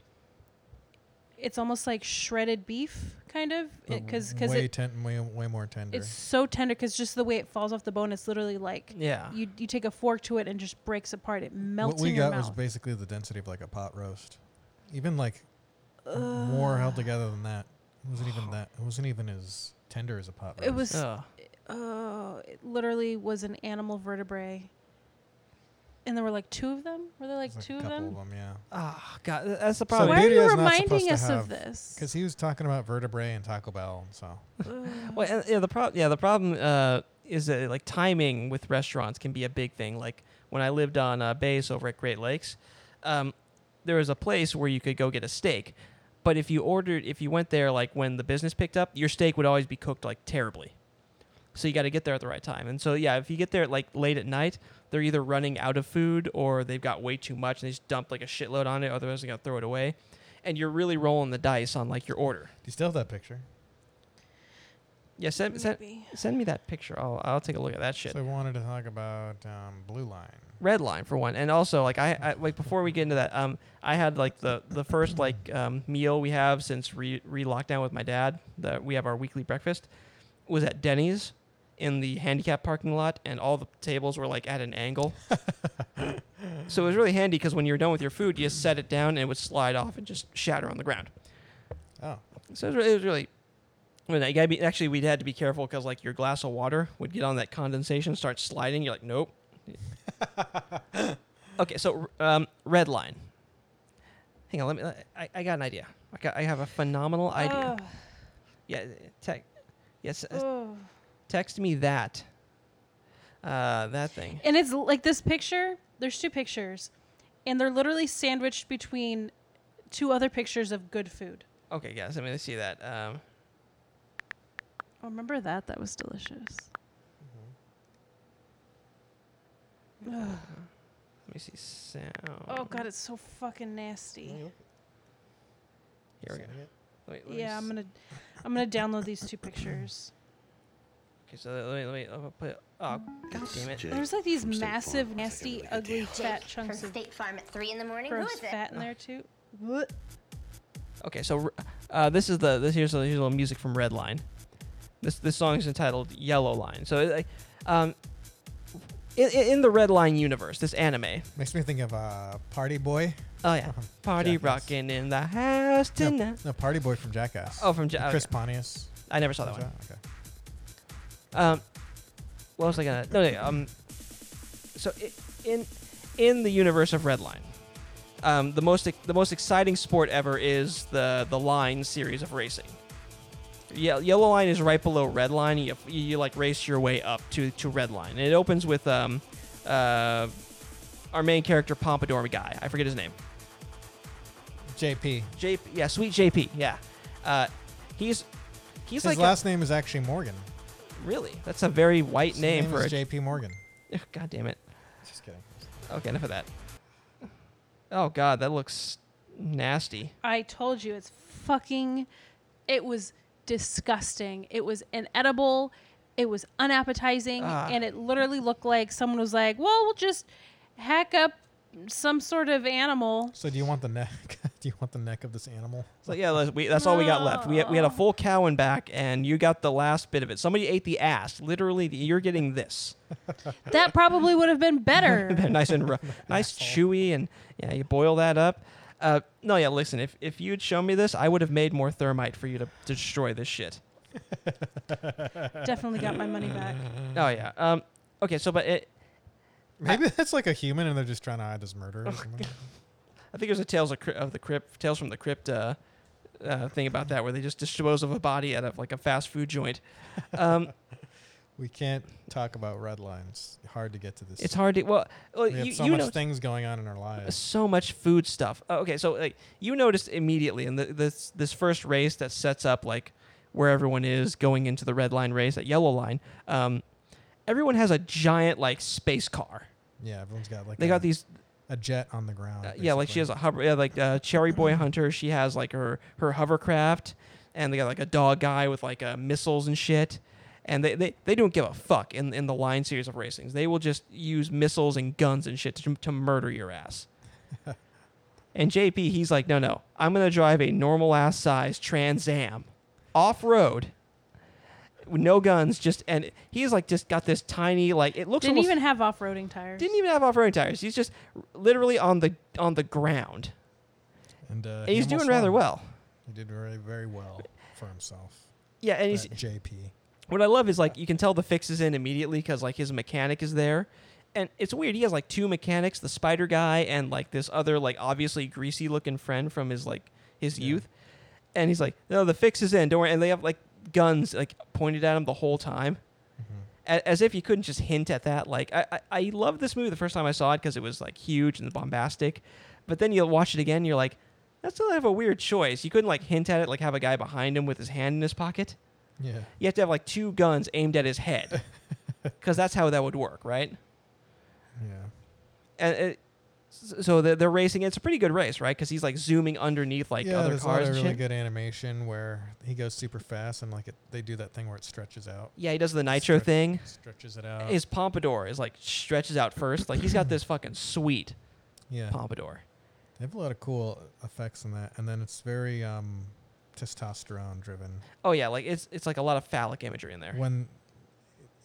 it's almost like shredded beef, kind of,
but
because
w-
because
uh, way
it,
ten- way way more tender.
it's so tender because just the way it falls off the bone, it's literally like
Yeah.
you you take a fork to it and just breaks apart. It melts
what we
in your
got was
mouth.
basically the density of like a pot roast, even like m- more held together than that. It wasn't even that. It wasn't even as tender as a pot roast.
it was
Ugh.
oh, it literally was an animal vertebrae. And there were like two of them. Were there
There's,
like two
a
of
couple
them?
of them, yeah.
Ah, God, th- that's the
So
problem.
Why are
birria
you
is not supposed
reminding
to
us of
have-
this?
Because he was talking about vertebrae and Taco Bell, so
Ugh.
Well, and- yeah, the problem. Yeah, the problem uh, is that like timing with restaurants can be a big thing. Like when I lived on uh, base over at Great Lakes, um, there was a place where you could go get a steak, But if you ordered, if you went there like when the business picked up, your steak would always be cooked like terribly. So you got to get there at the right time. And so yeah, if you get there at like late at night, they're either running out of food or they've got way too much and they just dump like a shitload on it. Otherwise, they got to throw it away. And you're really rolling the dice on like your order.
you still have that picture?
Yeah, send, send,
Maybe.
send me that picture. I'll, I'll take a look at that shit.
So we wanted to talk about um, Blue Line.
red line for one and also like I, I like before we get into that um i had like the the first like um meal we have since re re lockdown with my dad that we have our weekly breakfast was at denny's in the handicap parking lot and all the tables were like at an angle so it was really handy because when you're done with your food you just set it down and it would slide off and just shatter on the ground
Oh,
so it was really, it was really I mean, you gotta be, actually, we'd had to be careful because, like, your glass of water would get on that condensation, start sliding. You're like, nope. okay, so um, red line. Hang on, let me. I, I got an idea. I, got, I have a phenomenal idea.
Ugh,
Yeah, tech. Yes, uh,
ugh.
text me that. Uh, that thing.
And it's like this picture. There's two pictures, and they're literally sandwiched between two other pictures of good food.
Okay, guys, let me see that. Um,
Oh, remember that? That was delicious.
Mm-hmm.
Ugh.
let me see sound.
Oh god, it's so fucking nasty.
Here we go. Wait, let me
Yeah,
s-
I'm gonna, I'm gonna download these two pictures.
Okay, so let me let me I'll put. Oh, god damn it.
There's like these
State Farm
massive,
looks like a
nasty,
really good
ugly,
deal.
fat
Jake
chunks
from
of
State Farm at three in the morning. Who
gross
is it?
fat in there too.
Okay, so uh, this is the this here's a, here's a little music from Redline. This this song is entitled Yellow Line. So, it, like, um, in, in in the Redline universe, this anime.
Makes me think of uh, Party Boy.
Oh yeah, party
Jackass.
rocking in the house
No,
tonight.
no, Party Boy from Jackass.
Oh, from ja-
Chris
okay.
Pontius.
I never saw that
Was
one.
Okay.
Um, what was I gonna? No, no. Um, so i in in the universe of Redline, um, the most ex- the most exciting sport ever is the the line series of racing. Yeah, yellow line is right below red line. You, you, like race your way up to to red line. And it opens with um, uh, our main character Pompadour guy. I forget his name.
JP.
JP. Yeah, sweet JP. Yeah, uh, he's he's
His
like a-
last name is actually Morgan.
really. That's a very white
His
name, for
is
a
JP Morgan.
God damn it.
Just kidding.
Okay, enough of that. Oh god, that looks nasty.
I told you it's fucking it was disgusting. It was inedible. It was unappetizing
Ah.
and it literally looked like someone was like, "Well, we'll just hack up some sort of animal."
So do you want the neck? do you want the neck of this animal?
So yeah, let's- we, that's all we got left. We had, we had a full cow and back, and you got the last bit of it. Somebody ate the ass. Literally, the- you're getting this.
That probably would have been better.
nice and rough, nice, chewy, and yeah, you boil that up. Uh, no, yeah, listen, if if you'd shown me this, I would have made more thermite for you to destroy this shit.
Definitely got my money back.
Oh yeah. Um. Okay. So, but it,
Maybe that's like a human, and they're just trying to hide his murder.
Oh
or something.
I think there's a Tales of, Cry- of the Crypt, Tales from the Crypt uh, uh, thing about that, where they just dispose of a body at a, like a fast food joint. Um,
we can't talk about red lines. Hard to get to this.
It's hard to well, well
We have
you,
so
you
much
know
things going on in our lives.
so much food stuff. Oh, okay, so like you noticed immediately in the, this this first race that sets up like where everyone is going into the red line race, that yellow line. Um, everyone has a giant like space car.
Yeah, everyone's got like
They
a,
got these
a jet on the ground.
uh, yeah, like she has
basically.
a hover yeah, like uh, Cherry Boy Hunter. She has like her her hovercraft, and they got like a dog guy with like uh, missiles and shit. And they, they, they don't give a fuck in, in the line series of racings. They will just use missiles and guns and shit to, to murder your ass. and JP, he's like, no, no, I'm gonna drive a normal ass size Trans Am, off road, no guns, just and he's like just got this tiny like it looks
Didn't
almost,
even have off-roading tires.
didn't even have off-road tires. He's just literally on the on the ground.
and uh,
And
he
he's doing
almost
rather
won.
well.
He did very very well for himself.
Yeah, and he's,
That JP.
what I love is like you can tell the fix is in immediately because like his mechanic is there, and it's weird. He has like two mechanics: the spider guy and like this other like obviously greasy looking friend from his like his youth. And he's like, "No, the fix is in. Don't worry." And they have like guns like pointed at him the whole time.
Mm-hmm.
A- As if you couldn't just hint at that. Like I, I, I love this movie the first time I saw it because it was like huge and bombastic, but then you watch it again, you're like, That's still have a weird choice. You couldn't like hint at it, like have a guy behind him with his hand in his pocket.
Yeah.
You have to have like two guns aimed at his head, because that's how that would work, right?
Yeah.
And it, so they're, they're racing. It's a pretty good race, right? Because he's like zooming underneath like
yeah,
other
there's a lot
cars.
of
And
really
shit.
good animation where he goes super fast and like it, they do that thing where it stretches out,
Yeah, he does the nitro
Stretch-
thing.
stretches it out.
His pompadour is like stretches out first. Like he's got this fucking sweet
yeah,
pompadour.
they have a lot of cool effects in that, and then it's very um, testosterone driven.
Oh yeah, like it's it's like a lot of phallic imagery in there.
When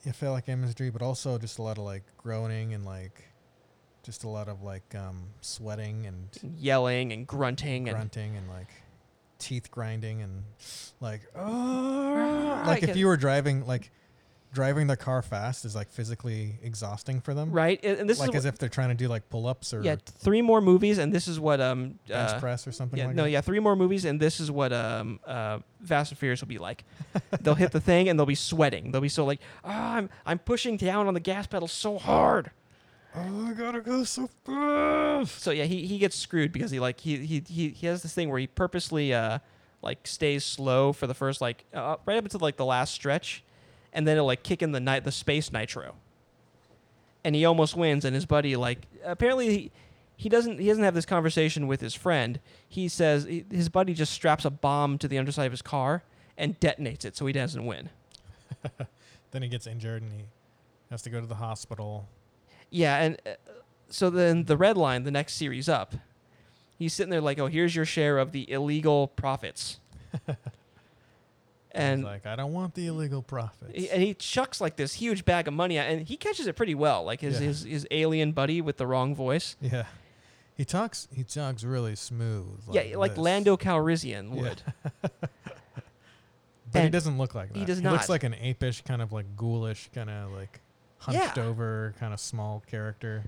it felt like imagery, but also just a lot of like groaning and like just a lot of like um, sweating and
Yelling and grunting and
grunting and like teeth grinding and like "Ah."
Right,
like if
'cause-
you were driving like driving the car fast is like physically exhausting for them
right. And and this
like
is
as if they're trying to do like pull-ups or
yeah, three more movies, and this is what um
bench
uh,
press or something
yeah
like
no
that
yeah three more movies, and this is what um uh Fast and Furious will be like. they'll hit the thing and they'll be sweating. They'll be so like ah I'm I'm pushing down on the gas pedal so hard.
oh i gotta go so fast
So yeah, he, he gets screwed because he like he, he he he has this thing where he purposely uh like stays slow for the first like uh, right up until like the last stretch, and then it'll like kick in the night the space nitro. And he almost wins, and his buddy like apparently he, he doesn't he doesn't have this conversation with his friend. He says he- his buddy just straps a bomb to the underside of his car and detonates it, so he doesn't win.
then he gets injured and he has to go to the hospital
Yeah, and uh, so then the red line, the next series up, he's sitting there like, "Oh, here's your share of the illegal profits,"
he's
and
like i don't want the illegal profits
he, and he chucks like this huge bag of money, at- and he catches it pretty well. Like his
Yeah.
his, his alien buddy with the wrong voice.
yeah he talks he talks really smooth
yeah, like
this.
Lando Calrissian
Yeah.
would.
But he
And
doesn't look like that.
he does
looks
not.
like an apish kind of like ghoulish kind of like hunched
Yeah.
over kind of small character.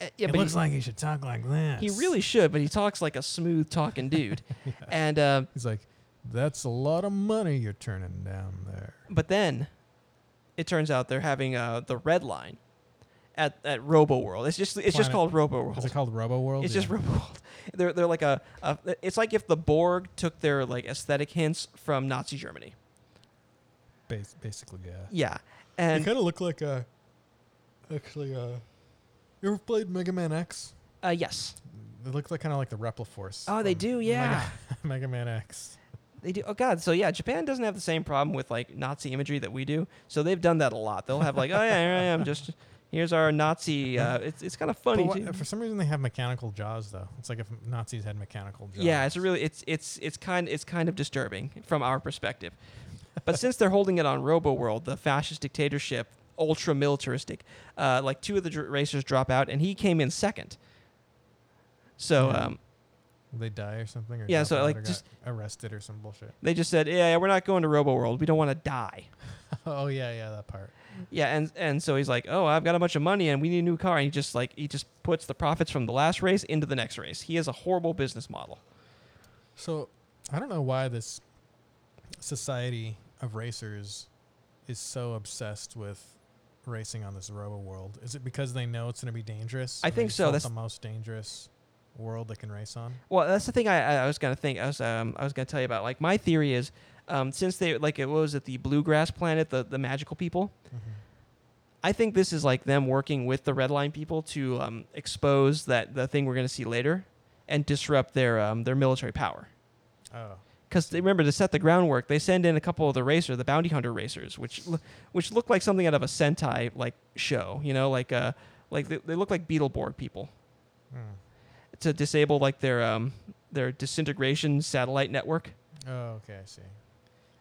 Uh, yeah,
it
but
looks
he,
like he should talk like this.
he really should, but he talks like a smooth talking dude, and um,
He's like, that's a lot of money you're turning down there.
But then it turns out they're having uh, the red line at, at Robo World. It's just it's just
Planet-
called Robo World.
Is it called Robo World?
It's just
Oh, Yeah.
Robo World. They're they're like a, a it's like if the Borg took their like aesthetic hints from Nazi Germany.
Bas- basically yeah.
Yeah.
He
And
kind of look like a actually uh you ever played Mega Man X?
uh, yes.
They look like kind of like the Repliforce.
Oh, they
from
do.
Mega-
Yeah.
Mega Man X.
They do. Oh God. So yeah, Japan doesn't have the same problem with like Nazi imagery that we do. So they've done that a lot. They'll have like, oh yeah, here I am. Just here's our Nazi. Uh, it's it's kind of
But
funny.
why-
too.
for some reason, they have mechanical jaws though. It's like if Nazis had mechanical jaws.
Yeah, it's a really it's it's it's kind it's kind of disturbing from our perspective. But since they're holding it on Robo World, the fascist dictatorship, ultra militaristic, uh, like two of the dr- racers drop out, and he came in second. So
Yeah.
um,
they die or something. Or
Yeah,
got
so,
bombed
like,
or got
just-
arrested or some bullshit.
they just said, "Yeah, yeah, we're not going to Robo World. We don't want to die."
oh yeah, yeah, that part.
Yeah, and and so he's like, "Oh, I've got a bunch of money, and we need a new car." And he just like he just puts the profits from the last race into the next race. He has a horrible business model.
So I don't know why this society of racers is so obsessed with racing on this robo world. Is it because they know it's going to be dangerous?
I
and
think
they
so,
felt
that's-
the most dangerous world they can race on.
Well, that's the thing I, I I was gonna think. I was um, I was gonna tell you about. Like my theory is, um, since they like it what was at the bluegrass planet, the the magical people.
Mm-hmm.
I think this is like them working with the red line people to um, expose that the thing we're gonna see later, and disrupt their um, their military power.
Oh,
Because remember to set the groundwork, they send in a couple of the racer, the bounty hunter racers, which lo- which look like something out of a Sentai like show. You know, like uh like they, they look like Beetleborg people
Hmm.
to disable like their um their disintegration satellite network.
oh, okay, I see.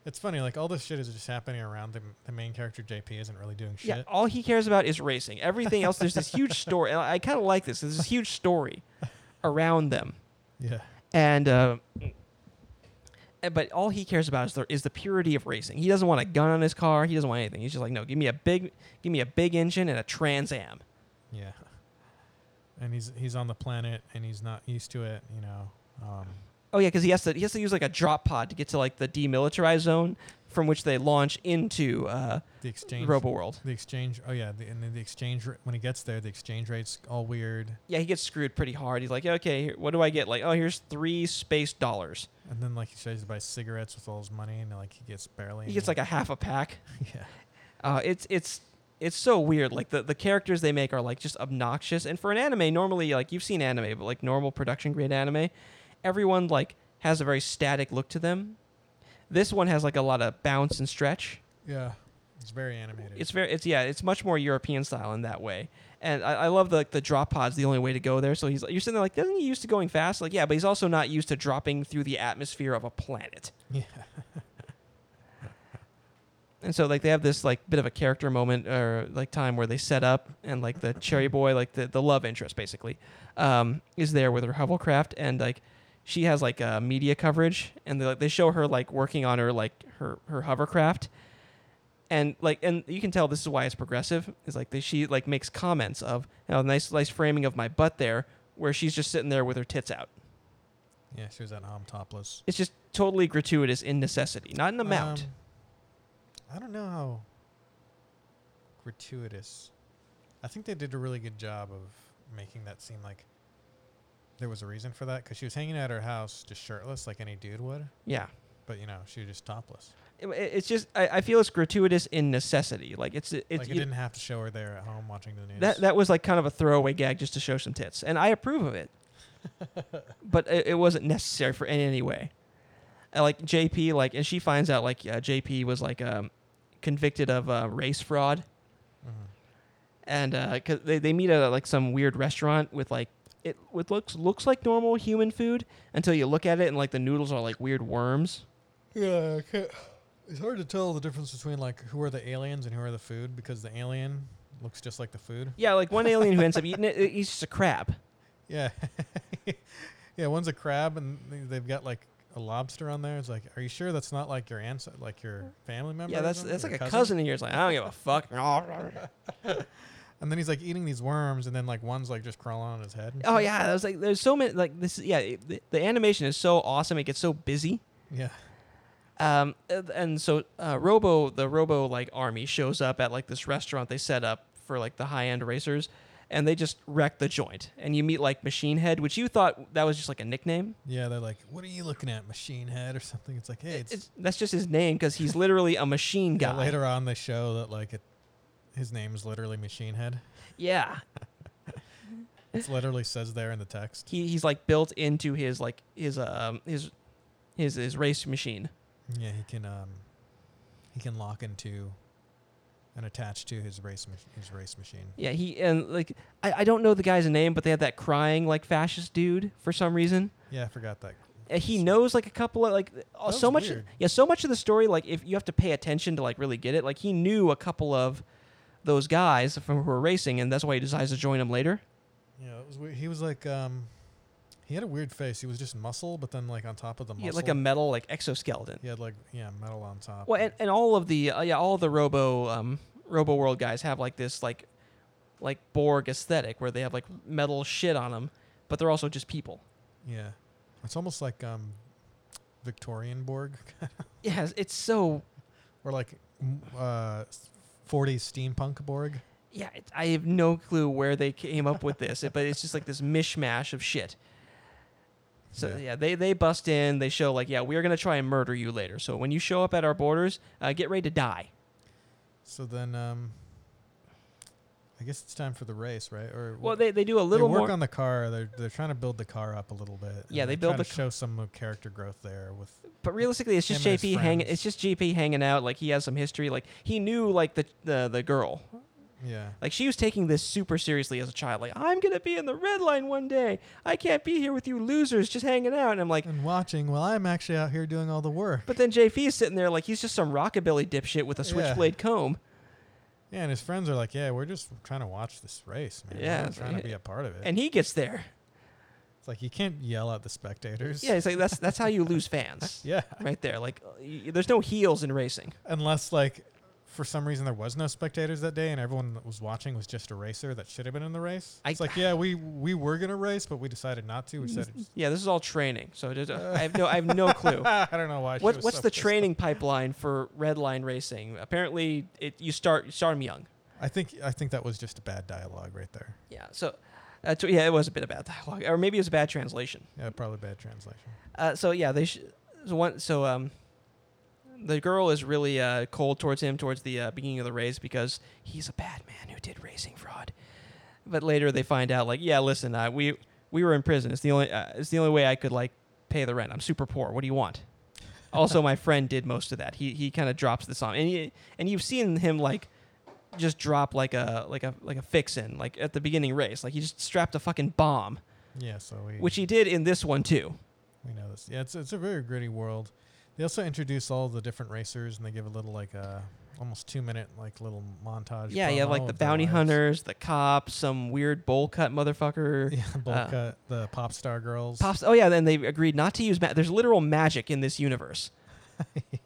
It's funny, like all this shit is just happening around the, the main character. JP isn't really doing shit.
Yeah, all he cares about is racing. Everything else, there's this huge story. and I kind of like this. There's this huge story around them,
yeah.
and uh, and- but all he cares about is the is the purity of racing. He doesn't want a gun on his car. He doesn't want anything. He's just like, no, give me a big, give me a big engine and a Trans Am.
Yeah. And he's he's on the planet and he's not used to it, you know. Um,
Oh yeah, because he has to he has to use like a drop pod to get to like the demilitarized zone from which they launch into uh,
The exchange.
Robo World.
The exchange. Oh yeah, the, and then the exchange ra- when he gets there, the exchange rate's all weird,
Yeah, he gets screwed pretty hard. He's like, okay, here- what do I get? Like, oh, here's three space dollars.
and then like he tries to buy cigarettes with all his money, and like he gets barely.
He gets like a half a pack.
yeah.
Uh, it's it's it's so weird. Like the, the characters they make are like just obnoxious. And for an anime, normally like you've seen anime, but like normal production grade anime, everyone like has a very static look to them. This one has like a lot of bounce and stretch.
Yeah, it's very animated.
It's very it's yeah, it's much more European style in that way. And I, I love the the drop pod's the only way to go there. So he's like you're sitting there like, doesn't he used to going fast? Like, yeah, but he's also not used to dropping through the atmosphere of a planet.
yeah.
And so like they have this like bit of a character moment or like time where they set up and like the cherry boy, like the, the love interest basically, um, is there with her hovercraft and like she has like uh, media coverage and they like they show her like working on her like her her hovercraft. And like and you can tell this is why it's progressive is like they, she like makes comments of you know, nice nice framing of my butt there where she's just sitting there with her tits out.
Yeah, she was at home topless.
It's just totally gratuitous in necessity, not in amount.
Um, I don't know how gratuitous. I think they did a really good job of making that seem like there was a reason for that because she was hanging at her house just shirtless like any dude would,
yeah.
but you know, she was just topless.
it- it's just I, I feel it's gratuitous in necessity. Like it's it's
like, you didn't have to show her there at home watching the news.
that that was like kind of a throwaway gag just to show some tits, and I approve of it, but it, it wasn't necessary for in any way. Uh, like JP, like and she finds out like uh, JP was like um, convicted of uh, race fraud,
Mhm.
and uh 'cause they they meet at like some weird restaurant with like. It, it looks looks like normal human food until you look at it and like the noodles are like weird worms.
Yeah, I can't- it's hard to tell the difference between like who are the aliens and who are the food because the alien looks just like the food.
Yeah, like one alien who ends up eating it, he's just a crab.
Yeah, yeah. One's a crab and they- they've got like a lobster on there. It's like, are you sure that's not like your ancestor, like your family member?
Yeah,
or
that's
something?
that's
Your
like a cousin of yours. Like I don't give a fuck. oh
And then he's like eating these worms, and then like one's like just crawling on his head. and shit.
Oh, yeah, that was like there's so many like this. Yeah, it- the, the animation is so awesome. It gets so busy.
yeah,
Um, and- and so uh, Robo, the Robo like army shows up at like this restaurant they set up for like the high end racers, and they just wreck the joint. And you meet like Machine Head, which you thought that was just like a nickname.
yeah. They're like, what are you looking at, machine head or something? It's like, hey, it's.
It's, that's just his name because he's literally a machine
yeah,
guy.
later on, they show that like it, his name is literally machine head.
Yeah,
It literally says there in the text.
he, he's like built into his like his um his his his race machine.
Yeah, he can um, he can lock into, and attach to his race mach- his race machine.
Yeah, he and like I, I don't know the guy's name, but they had that crying like fascist dude for some reason.
Yeah, I forgot that.
And Uh, he knows like a couple of like uh,
That
so
was
much.
weird.
Yeah, so much of the story like if you have to pay attention to like really get it. Like he knew a couple of those guys from who were racing, and that's why he decides to join them later.
Yeah, it was weird. He was like um, he had a weird face. He was just muscle, but then like on top of the
He
muscle,
had like a metal like exoskeleton.
he had like yeah metal on top.
Well, and, and all of the uh, yeah all the Robo um Robo World guys have like this like like Borg aesthetic where they have like metal shit on them, but they're also just people.
yeah, it's almost like um, Victorian Borg
Yeah, it's so
or like m- uh, 40s steampunk Borg.
yeah, it, I have no clue where they came up with this, but it's just like this mishmash of shit. So yeah,
Yeah.
they they bust in. They show like, yeah, we are gonna try and murder you later. So when you show up at our borders, uh, get ready to die.
So then um, I guess it's time for the race, right? Or
Well,
what-
they, they do a little
they work
more.
on the car. They're they're trying to build the car up a little bit. and
Yeah, they
they're
build
trying
the
to
ca-
show some uh, character growth there with
but realistically, it's just
him and his
JP hanging.
friends.
It's just JP hanging out. Like he has some history. Like he knew like the the the girl.
yeah.
Like she was taking this super seriously as a child. Like I'm gonna be in the red line one day. I can't be here with you losers just hanging out. And I'm like,
And watching while I'm actually out here doing all the work.
but then JP is sitting there like he's just some rockabilly dipshit with a
Yeah.
switchblade comb.
Yeah, and his friends are like, "Yeah, we're just trying to watch this race, man.
Yeah,
Yeah, we're
it's
not trying
like-
to be a part of it."
and he gets there.
it's like you can't yell at the spectators.
Yeah, it's like that's that's how you lose fans,
yeah.
right there. Like, y- y- there's no heels in racing.
Unless like for some reason there was no spectators that day, and everyone that was watching was just a racer that should have been in the race.
I-
it's like, yeah, we we were gonna race, but we decided not to. We decided. Just,
Yeah, this is all training. So it is- uh, I have no I have no clue.
"Ah, I don't know why. she
What,
was
what's
so
the
pissed off.
training pipeline for red line racing? Apparently, it you start you start 'em young.
I think I think that was just a bad dialogue right there.
Yeah. So, uh, so- yeah, it was a bit of bad dialogue, or maybe it was a bad translation.
Yeah, probably bad translation.
Uh, so yeah, they sh- so one so um, the girl is really uh, cold towards him towards the uh, beginning of the race because he's a bad man who did racing fraud. But later they find out like, yeah, listen, uh, we we were in prison. It's the only uh, it's the only way I could like pay the rent. I'm super poor. What do you want? also, my friend did most of that. He he kind of drops this on, and he, and you've seen him like just drop like a like a like a fix in like at the beginning race. Like he just strapped a fucking bomb,
Yeah, so we
which he did in this one too.
we know this. Yeah, it's it's a very gritty world. They also introduce all the different racers, and they give a little like a almost two minute like little montage.
Yeah, you have
promo
like the
of their
bounty
lives.
hunters, the cops, some weird bowl cut motherfucker.
Yeah, bowl
Uh,
cut, the pop star girls.
Pops. Oh yeah, then they agreed not to use. Ma- There's literal magic in this universe.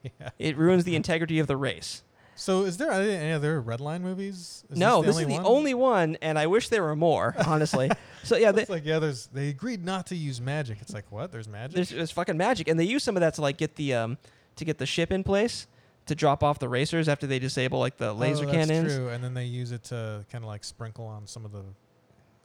Yeah.
It ruins the integrity of the race.
So, is there any any other Red Line movies? Is
no, this,
the
is the only one, and I wish there were more. Honestly. so yeah, they,
It's like yeah, there's they agreed not to use magic. It's like what? There's magic.
there's, there's fucking magic, and they use some of that to like get the um to get the ship in place to drop off the racers after they disable like the laser
oh, that's
cannons.
True, and then they use it to kind of like sprinkle on some of the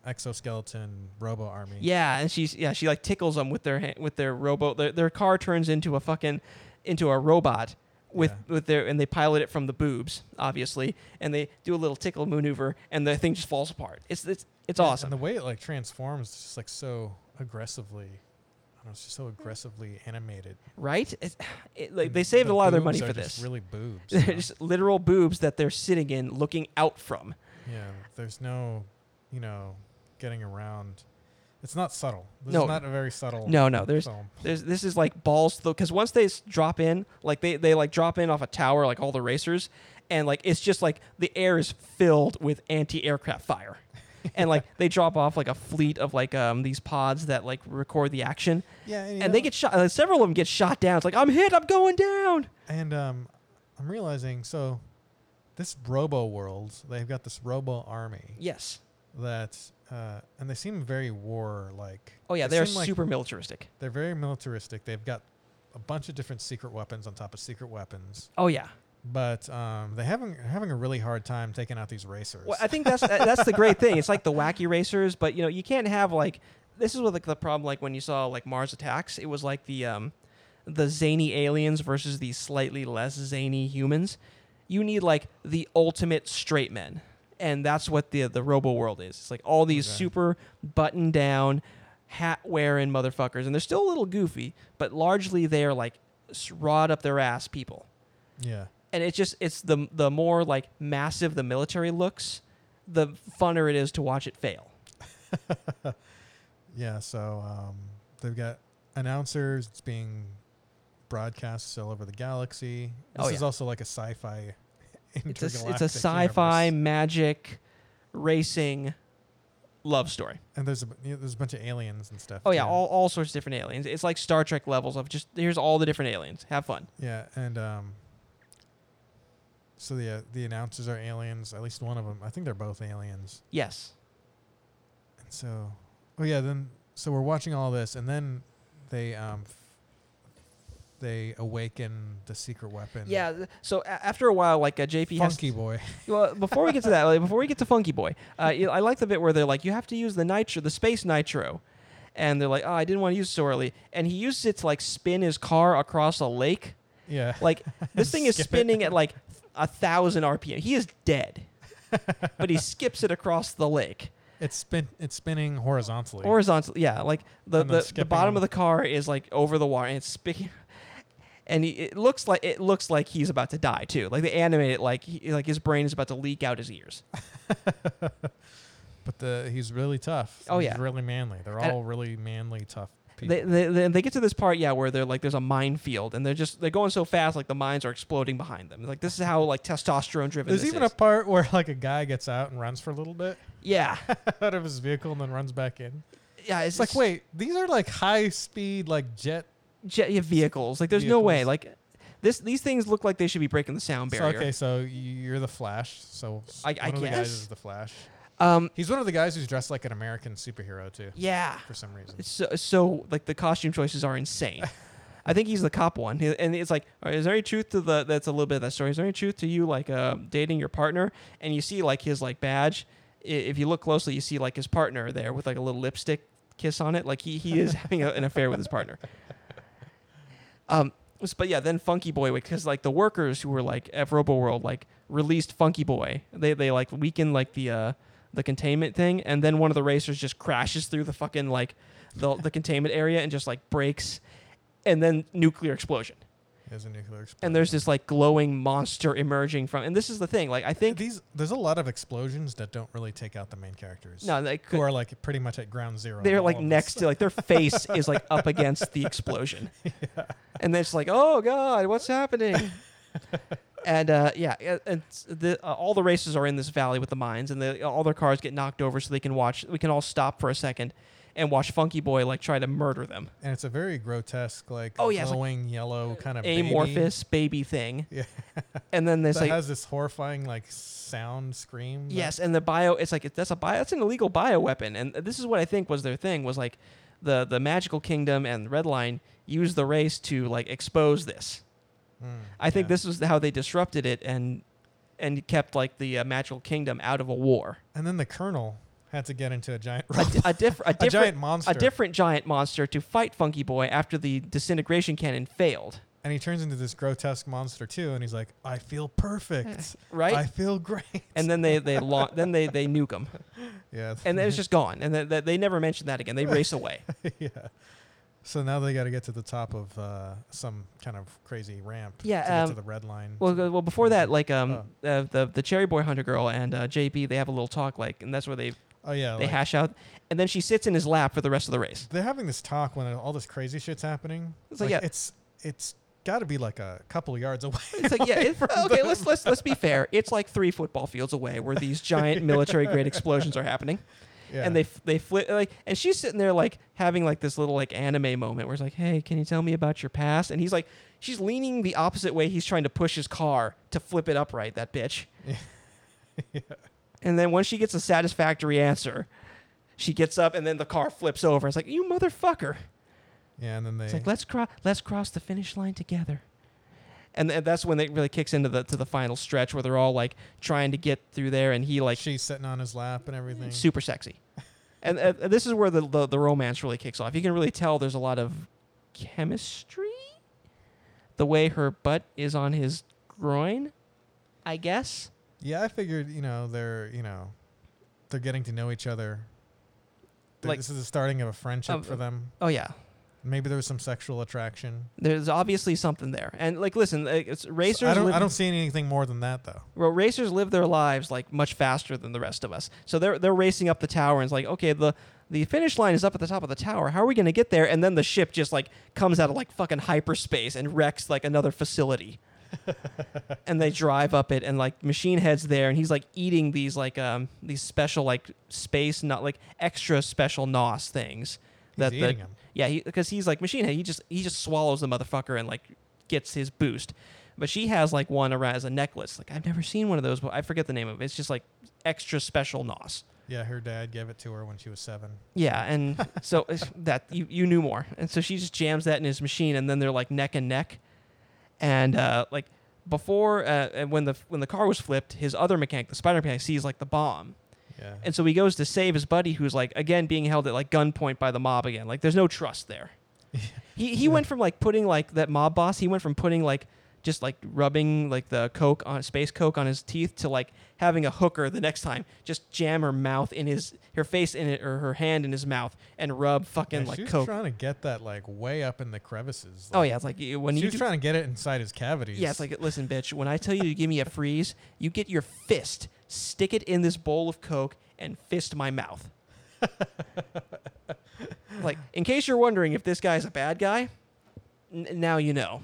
exoskeleton robo army.
Yeah, and she's yeah she like tickles them with their hand, with their robo. Their, their car turns into a fucking into a robot with
Yeah.
with their and they pilot it from the boobs obviously, and they do a little tickle maneuver, and the thing just falls apart. It's it's it's
Yeah,
awesome.
And the way it like transforms is just like so aggressively. I don't know, it's just so aggressively animated.
right? It's, it, like, they
And
saved
the
a lot of their money
boobs
for
are just
this.
Really boobs. you
They're
know?
just literal boobs that they're sitting in, looking out from.
yeah. There's no, you know, getting around. It's not subtle. This
No.
is not a very subtle.
No, no, there's
Film.
There's, this is like balls because once they s- drop in, like they they like drop in off a tower, like all the racers, and like it's just like the air is filled with anti-aircraft fire, and like they drop off like a fleet of like um these pods that like record the action,
Yeah, you
and they
know-
get shot. Uh, several of them get shot down. It's like I'm hit, I'm going down.
And um, I'm realizing so, this Robo World, they've got this Robo Army
Yes.
that, uh, and they seem very war like.
Oh yeah, they're
seem like
super militaristic.
They're very militaristic. They've got a bunch of different secret weapons on top of secret weapons,
Oh yeah.
but um, they having having a really hard time taking out these racers.
Well, I think that's that- that's the great thing. It's like the wacky racers, but you know you can't have like this is what like the problem like when you saw like Mars Attacks, it was like the um the zany aliens versus the slightly less zany humans. You need like the ultimate straight men, and that's what the the Robo World is. It's like all these
Okay.
super button down, hat wearing motherfuckers, and they're still a little goofy, but largely they are like s- rod up their ass people
yeah.
and it's just it's the the more like massive the military looks, the funner it is to watch it fail.
Yeah, so um, they've got announcers. It's being broadcast all over the galaxy. This
Oh,
is
yeah.
also like a sci-fi.
It's a, it's
intergalactic
a sci-fi
universe.
magic racing love story.
and there's a bu- yeah, there's a bunch of aliens and stuff.
Oh yeah,
too.
all, all sorts of different aliens. It's like Star Trek levels of just here's all the different aliens. Have fun.
yeah, and um, so the uh, the announcers are aliens. At least one of them. I think they're both aliens.
Yes.
And so, oh yeah, then so we're watching all this, and then they um, f- they awaken the secret weapon.
Yeah. th- So a- after a while, like uh, JP has
Funky boy.
Well, before we get to that, like, before we get to Funky Boy, uh, you know, I like the bit where they're like, you have to use the nitro, the space nitro. And they're like, oh, I didn't want to use it so early. And he uses it to like spin his car across a lake.
Yeah.
Like, this thing is
Skip it.
spinning at like a thousand RPM. He is dead, but he skips it across the lake
It's spin. It's spinning horizontally.
horizontally. Yeah, like the,
And then
the, the
skipping
bottom
on-
of the car is like over the water and it's spinning. And he, it looks like it looks like he's about to die too. Like they animate it like he, like his brain is about to leak out his ears.
but the he's really tough.
Oh,
He's
yeah.
Really manly. They're
And-
all really manly, tough people.
they, they, they, they get to this part yeah where they're like there's a minefield and they're just they're going so fast like the mines are exploding behind them like this is how like testosterone driven
there's
this
even
is.
a part where like a guy gets out and runs for a little bit
yeah
out of his vehicle and then runs back in.
yeah it's,
It's like, wait, these are like high speed like jet.
jet yeah, vehicles like there's no way
Vehicles.
like This these things look like they should be breaking the sound
So,
barrier.
okay, so you're the Flash. So s-
I-
one
I
of the guys
guess.
is the Flash.
Um,
He's one of the guys who's dressed like an American superhero too,
yeah.
for some reason.
So, so like the costume choices are insane. I think he's the cop one, He- and it's like, all right, is there any truth to the? That's a little bit of that story. Is there any truth to you like uh, dating your partner? And you see like his like badge. I- If you look closely, you see like his partner there with like a little lipstick kiss on it. Like he he is having a, an affair with his partner. Um, s- but yeah, then Funky Boy, because like the workers who were like at Robo World, like released Funky Boy. They they like weakened like the uh the containment thing, and then one of the racers just crashes through the fucking like the the containment area and just like breaks, and then nuclear explosion.
There's a nuclear explosion.
And there's this like glowing monster emerging from. And this is the thing, like I think
these. There's a lot of explosions that don't really take out the main characters.
no, like
who are like pretty much at ground zero. in
they're
all
like
of this.
next to like their face is like up against the explosion and then it's like oh god what's happening and uh, yeah a- and s- the, uh, all the races are in this valley with the mines and the, all their cars get knocked over so they can watch we can all stop for a second and watch funky boy like try to murder them
and it's a very grotesque, like
Oh, yeah, it's like
glowing yellow kind of
amorphous baby thing
Yeah.
and then
Baby
there's
that
like
has this horrifying like sound scream. that-
Yes, and the bio it's like that's a bio that's an illegal bio weapon. And this is what I think was their thing was like the the magical kingdom and Redline used the race to like expose this.
Mm,
I think
yeah.
this was how they disrupted it and and kept like the uh, magical kingdom out of a war.
And then the colonel had to get into a giant
A,
robot,
di- a, diff- a
a, giant
different
monster,
a different giant monster to fight Funky Boy after the disintegration cannon failed,
and he turns into this grotesque monster too. And he's like, "I feel perfect.
right?
I feel great."
and then they they la- then they they nuke him,
yeah,
and then it's just gone. And th- th- they never mentioned that again. They race away.
yeah. So now they got to get to the top of uh, some kind of crazy ramp.
Yeah,
to, get
um,
to the red line.
Well,
to-
go- well, before that, like um,
Oh.
uh, the the cherry boy hunter girl and uh, JB, they have a little talk, like, and that's where they
oh yeah,
they
like,
hash out, and then she sits in his lap for the rest of the race.
they're having this talk when all this crazy shit's happening.
It's like, yeah.
it's it's got to be like a couple of yards away.
It's like, yeah, it,
from
okay,
them.
let's let's let's be fair. It's like three football fields away where these giant military grade explosions are happening,
Yeah.
and they f- they flip like, and she's sitting there like having like this little like anime moment where it's like, hey, can you tell me about your past? And he's like, she's leaning the opposite way. He's trying to push his car to flip it upright. That bitch.
Yeah.
And then once she gets a satisfactory answer, she gets up and then the car flips over. It's like, you motherfucker.
Yeah, and then they
It's like, let's cross let's cross the finish line together. And th- that's when it really kicks into the to the final stretch where they're all like trying to get through there and he like
she's sitting on his lap and everything.
super sexy. And uh, this is where the, the the romance really kicks off. You can really tell there's a lot of chemistry. The way her butt is on his groin, I guess.
Yeah, I figured, you know, they're, you know, they're getting to know each other. Th-
Like-
this is the starting of a friendship
Of-
for them.
Oh yeah.
Maybe there was some sexual attraction.
There's obviously something there. And like listen, like, it's racers
I don't
live-
I don't see anything more than that though.
Well, racers live their lives like much faster than the rest of us. So they're they're racing up the tower and it's like, okay, the the finish line is up at the top of the tower. How are we gonna get there? And then the ship just like comes out of like fucking hyperspace and wrecks like another facility. and they drive up it and like machine heads there and he's like eating these like um these special like space not like extra special nos things
He's
that the
eating him.
yeah, because he's like machine head. He just he just swallows the motherfucker and like gets his boost. But she has like one around as a necklace. Like I've never seen one of those, but I forget the name of it. It's just like extra special nos.
Yeah, her dad gave it to her when she was 7.
Yeah, and so it's- that you, you knew more, and so she just jams that in his machine, and then they're like neck and neck, and uh, like before uh, and when the when the car was flipped, his other mechanic, the spider mechanic, sees like the bomb,
Yeah.
and so he goes to save his buddy, who's like again being held at like gunpoint by the mob again. Like there's no trust there. He he
Yeah.
went from like putting like that mob boss. He went from putting like just like rubbing like the coke on space coke on his teeth to like having a hooker the next time just jam her mouth in his her face in it or her hand in his mouth and rub fucking
Yeah, she
like
was
coke.
trying to get that like way up in the crevices.
Oh
like,
yeah, it's like you- when
she
you
was
do,
trying to get it inside his cavities.
yeah, it's like listen, bitch. When I tell you to give me a freeze, you get your fist, stick it in this bowl of coke, and fist my mouth. like in case you're wondering if this guy's a bad guy, n- now you know.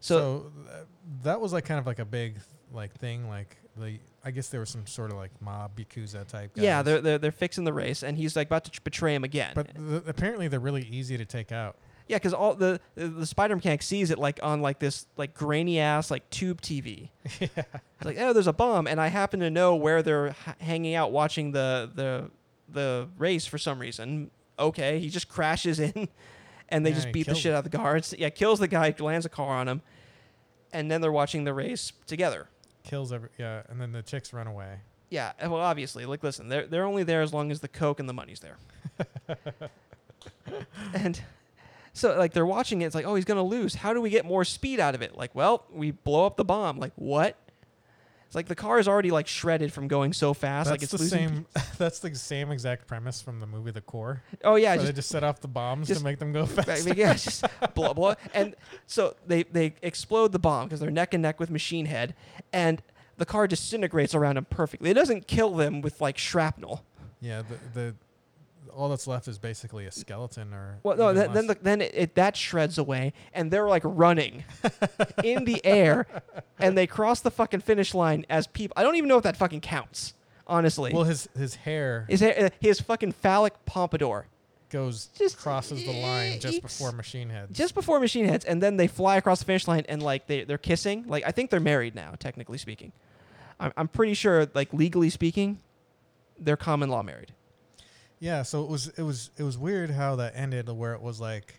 so
so, th- that was like kind of like a big like thing like the I guess there was some sort of like mob yakuza type guys.
Yeah, they're, they're they're fixing the race, and he's like about to tr- betray him again.
But th- apparently they're really easy to take out.
Yeah, because all the the spider mechanic sees it like on like this like grainy ass like tube TV.
yeah.
It's like oh, there's a bomb, and I happen to know where they're h- hanging out watching the the the race for some reason. Okay, he just crashes in, and they
Yeah,
just
he
beat the
kills
shit
him.
out of the guards. Yeah, kills the guy, lands a car on him, and then they're watching the race together.
Kills every. Yeah. And then the chicks run away.
Yeah, and well, obviously, like listen, they're they're only there as long as the coke and the money's there. and so like they're watching it, it's like, oh, he's gonna lose. How do we get more speed out of it? Like, well, we blow up the bomb. Like what? It's like the car is already like shredded from going so fast.
That's
like it's
the
losing.
same. That's the same exact premise from the movie The Core.
Oh yeah,
where
just
they just set off the bombs
just-
to make them go
Right,
faster.
but yeah, it's just blah blah. And so they they explode the bomb because they're neck and neck with Machine Head, and the car disintegrates around them perfectly. It doesn't kill them with like shrapnel.
Yeah. The, the all that's left is basically a skeleton or.
Well, no,
even
then, then, the,
less.
then it, it that shreds away, and they're like running in the air, and they cross the fucking finish line as people. I don't even know if that fucking counts, honestly.
well, his his hair
his hair- his fucking phallic pompadour
goes
just-
crosses the line just
Yikes.
before Machine Head.
just before Machine Heads, and then they fly across the finish line and like they they're kissing. Like I think they're married now, technically speaking. I'm I'm pretty sure, like legally speaking, they're common law married.
Yeah, so it was it was it was weird how that ended where it was like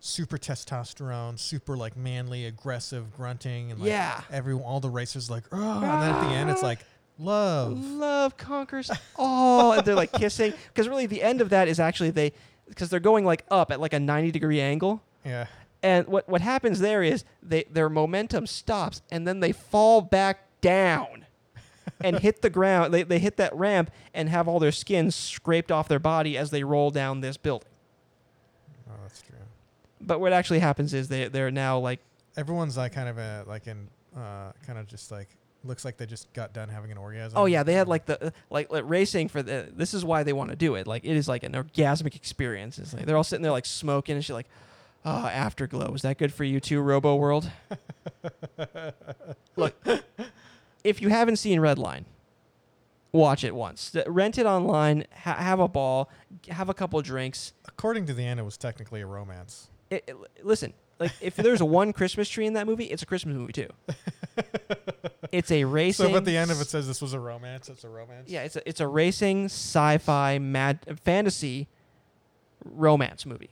super testosterone, super like manly, aggressive grunting and like
Yeah.
everyone all the racers like, oh and then at the end it's like love.
Love conquers all, and they're like kissing. Because really, the end of that is actually they because they're going like up at like a 90 degree angle.
Yeah.
And what, what happens there is they, their momentum stops and then they fall back down and hit the ground. They, they hit that ramp and have all their skin scraped off their body as they roll down this building.
Oh, that's true.
But what actually happens is they, they're now like,
Everyone's like kind of uh like in uh kind of just like looks like they just got done having an orgasm.
oh yeah, they had like the, like, like racing for the, this is why they want to do it. Like it is like an orgasmic experience. It's like they're all sitting there like smoking and shit like, oh, afterglow. Is that good for you too, Robo World? Look, if you haven't seen Red Line, watch it once. Th- Rent it online. Ha- have a ball. g- Have a couple drinks.
according to the end it was technically a romance.
It, it- listen, like if there's one Christmas tree in that movie, it's a Christmas movie too. it's a racing.
So at the end of it says this was a romance, it's a romance.
Yeah, it's a, it's a racing sci-fi mad fantasy romance movie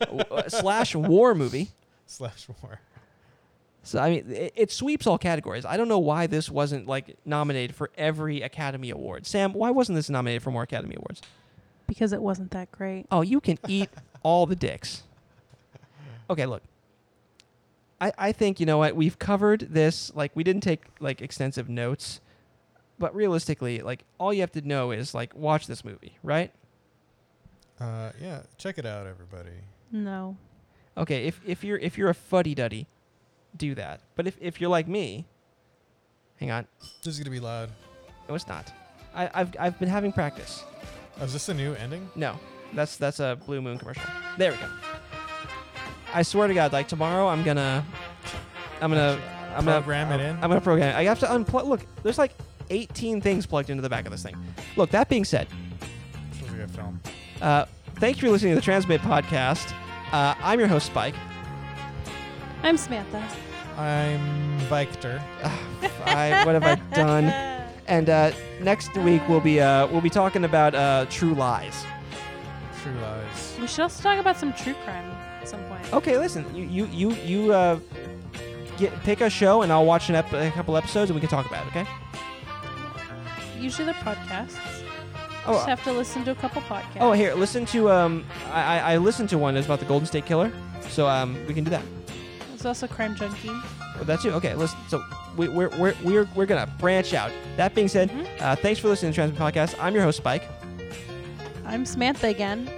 W- uh, slash war movie.
Slash war.
So I mean, it, it sweeps all categories. I don't know why this wasn't like nominated for every Academy Award. Sam, why wasn't this nominated for more Academy Awards?
because it wasn't that great.
Oh, you can eat all the dicks. Okay, look. I, I think you know what we've covered this. Like we didn't take like extensive notes, but realistically, like all you have to know is like watch this movie, right?
Uh yeah, check it out everybody.
No.
Okay, if, if you're if you're a fuddy duddy, do that. But if, if you're like me, hang on,
This is gonna be loud.
no, it's not. I, I've I've been having practice.
Oh, is this a new ending?
No, that's that's a Blue Moon commercial. There we go. I swear to God, like tomorrow, I'm gonna, I'm gonna, I'm gonna
Program it in?
I'm gonna program it. I have to unplug. Look, there's like 18 things plugged into the back of this thing. Look, that being said,
This was a good film.
uh, thank you for listening to the Transmit podcast. Uh, I'm your host Spike.
I'm Samantha.
I'm Victor.
I, what have I done? And uh, next week we'll be uh, we'll be talking about uh, True Lies.
True Lies.
we should also talk about some true crime at some point.
Okay, listen, you you you you uh, get pick a show and I'll watch an ep- a couple episodes and we can talk about it. Okay.
Usually they're podcasts.
Oh,
Just have to listen to a couple podcasts.
oh, here, listen to um, I I- I listened to one that's about the Golden State Killer, so um, we can do that.
There's also Crime Junkie.
Oh, that's it. Okay, listen. So we, we're we're we're we're gonna branch out. That being said,
Mhm.
uh, thanks for listening to Transmit Podcast. I'm your host Spike.
I'm Samantha again.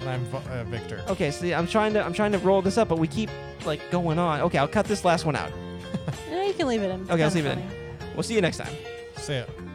And I'm Vi- uh, Victor.
Okay, see, I'm trying to I'm trying to roll this up, but we keep like going on. Okay, I'll cut this last one out.
Eh, you can leave it in.
Okay, I'll
Kinda
leave it in.
funny.
We'll see you next time.
Say it.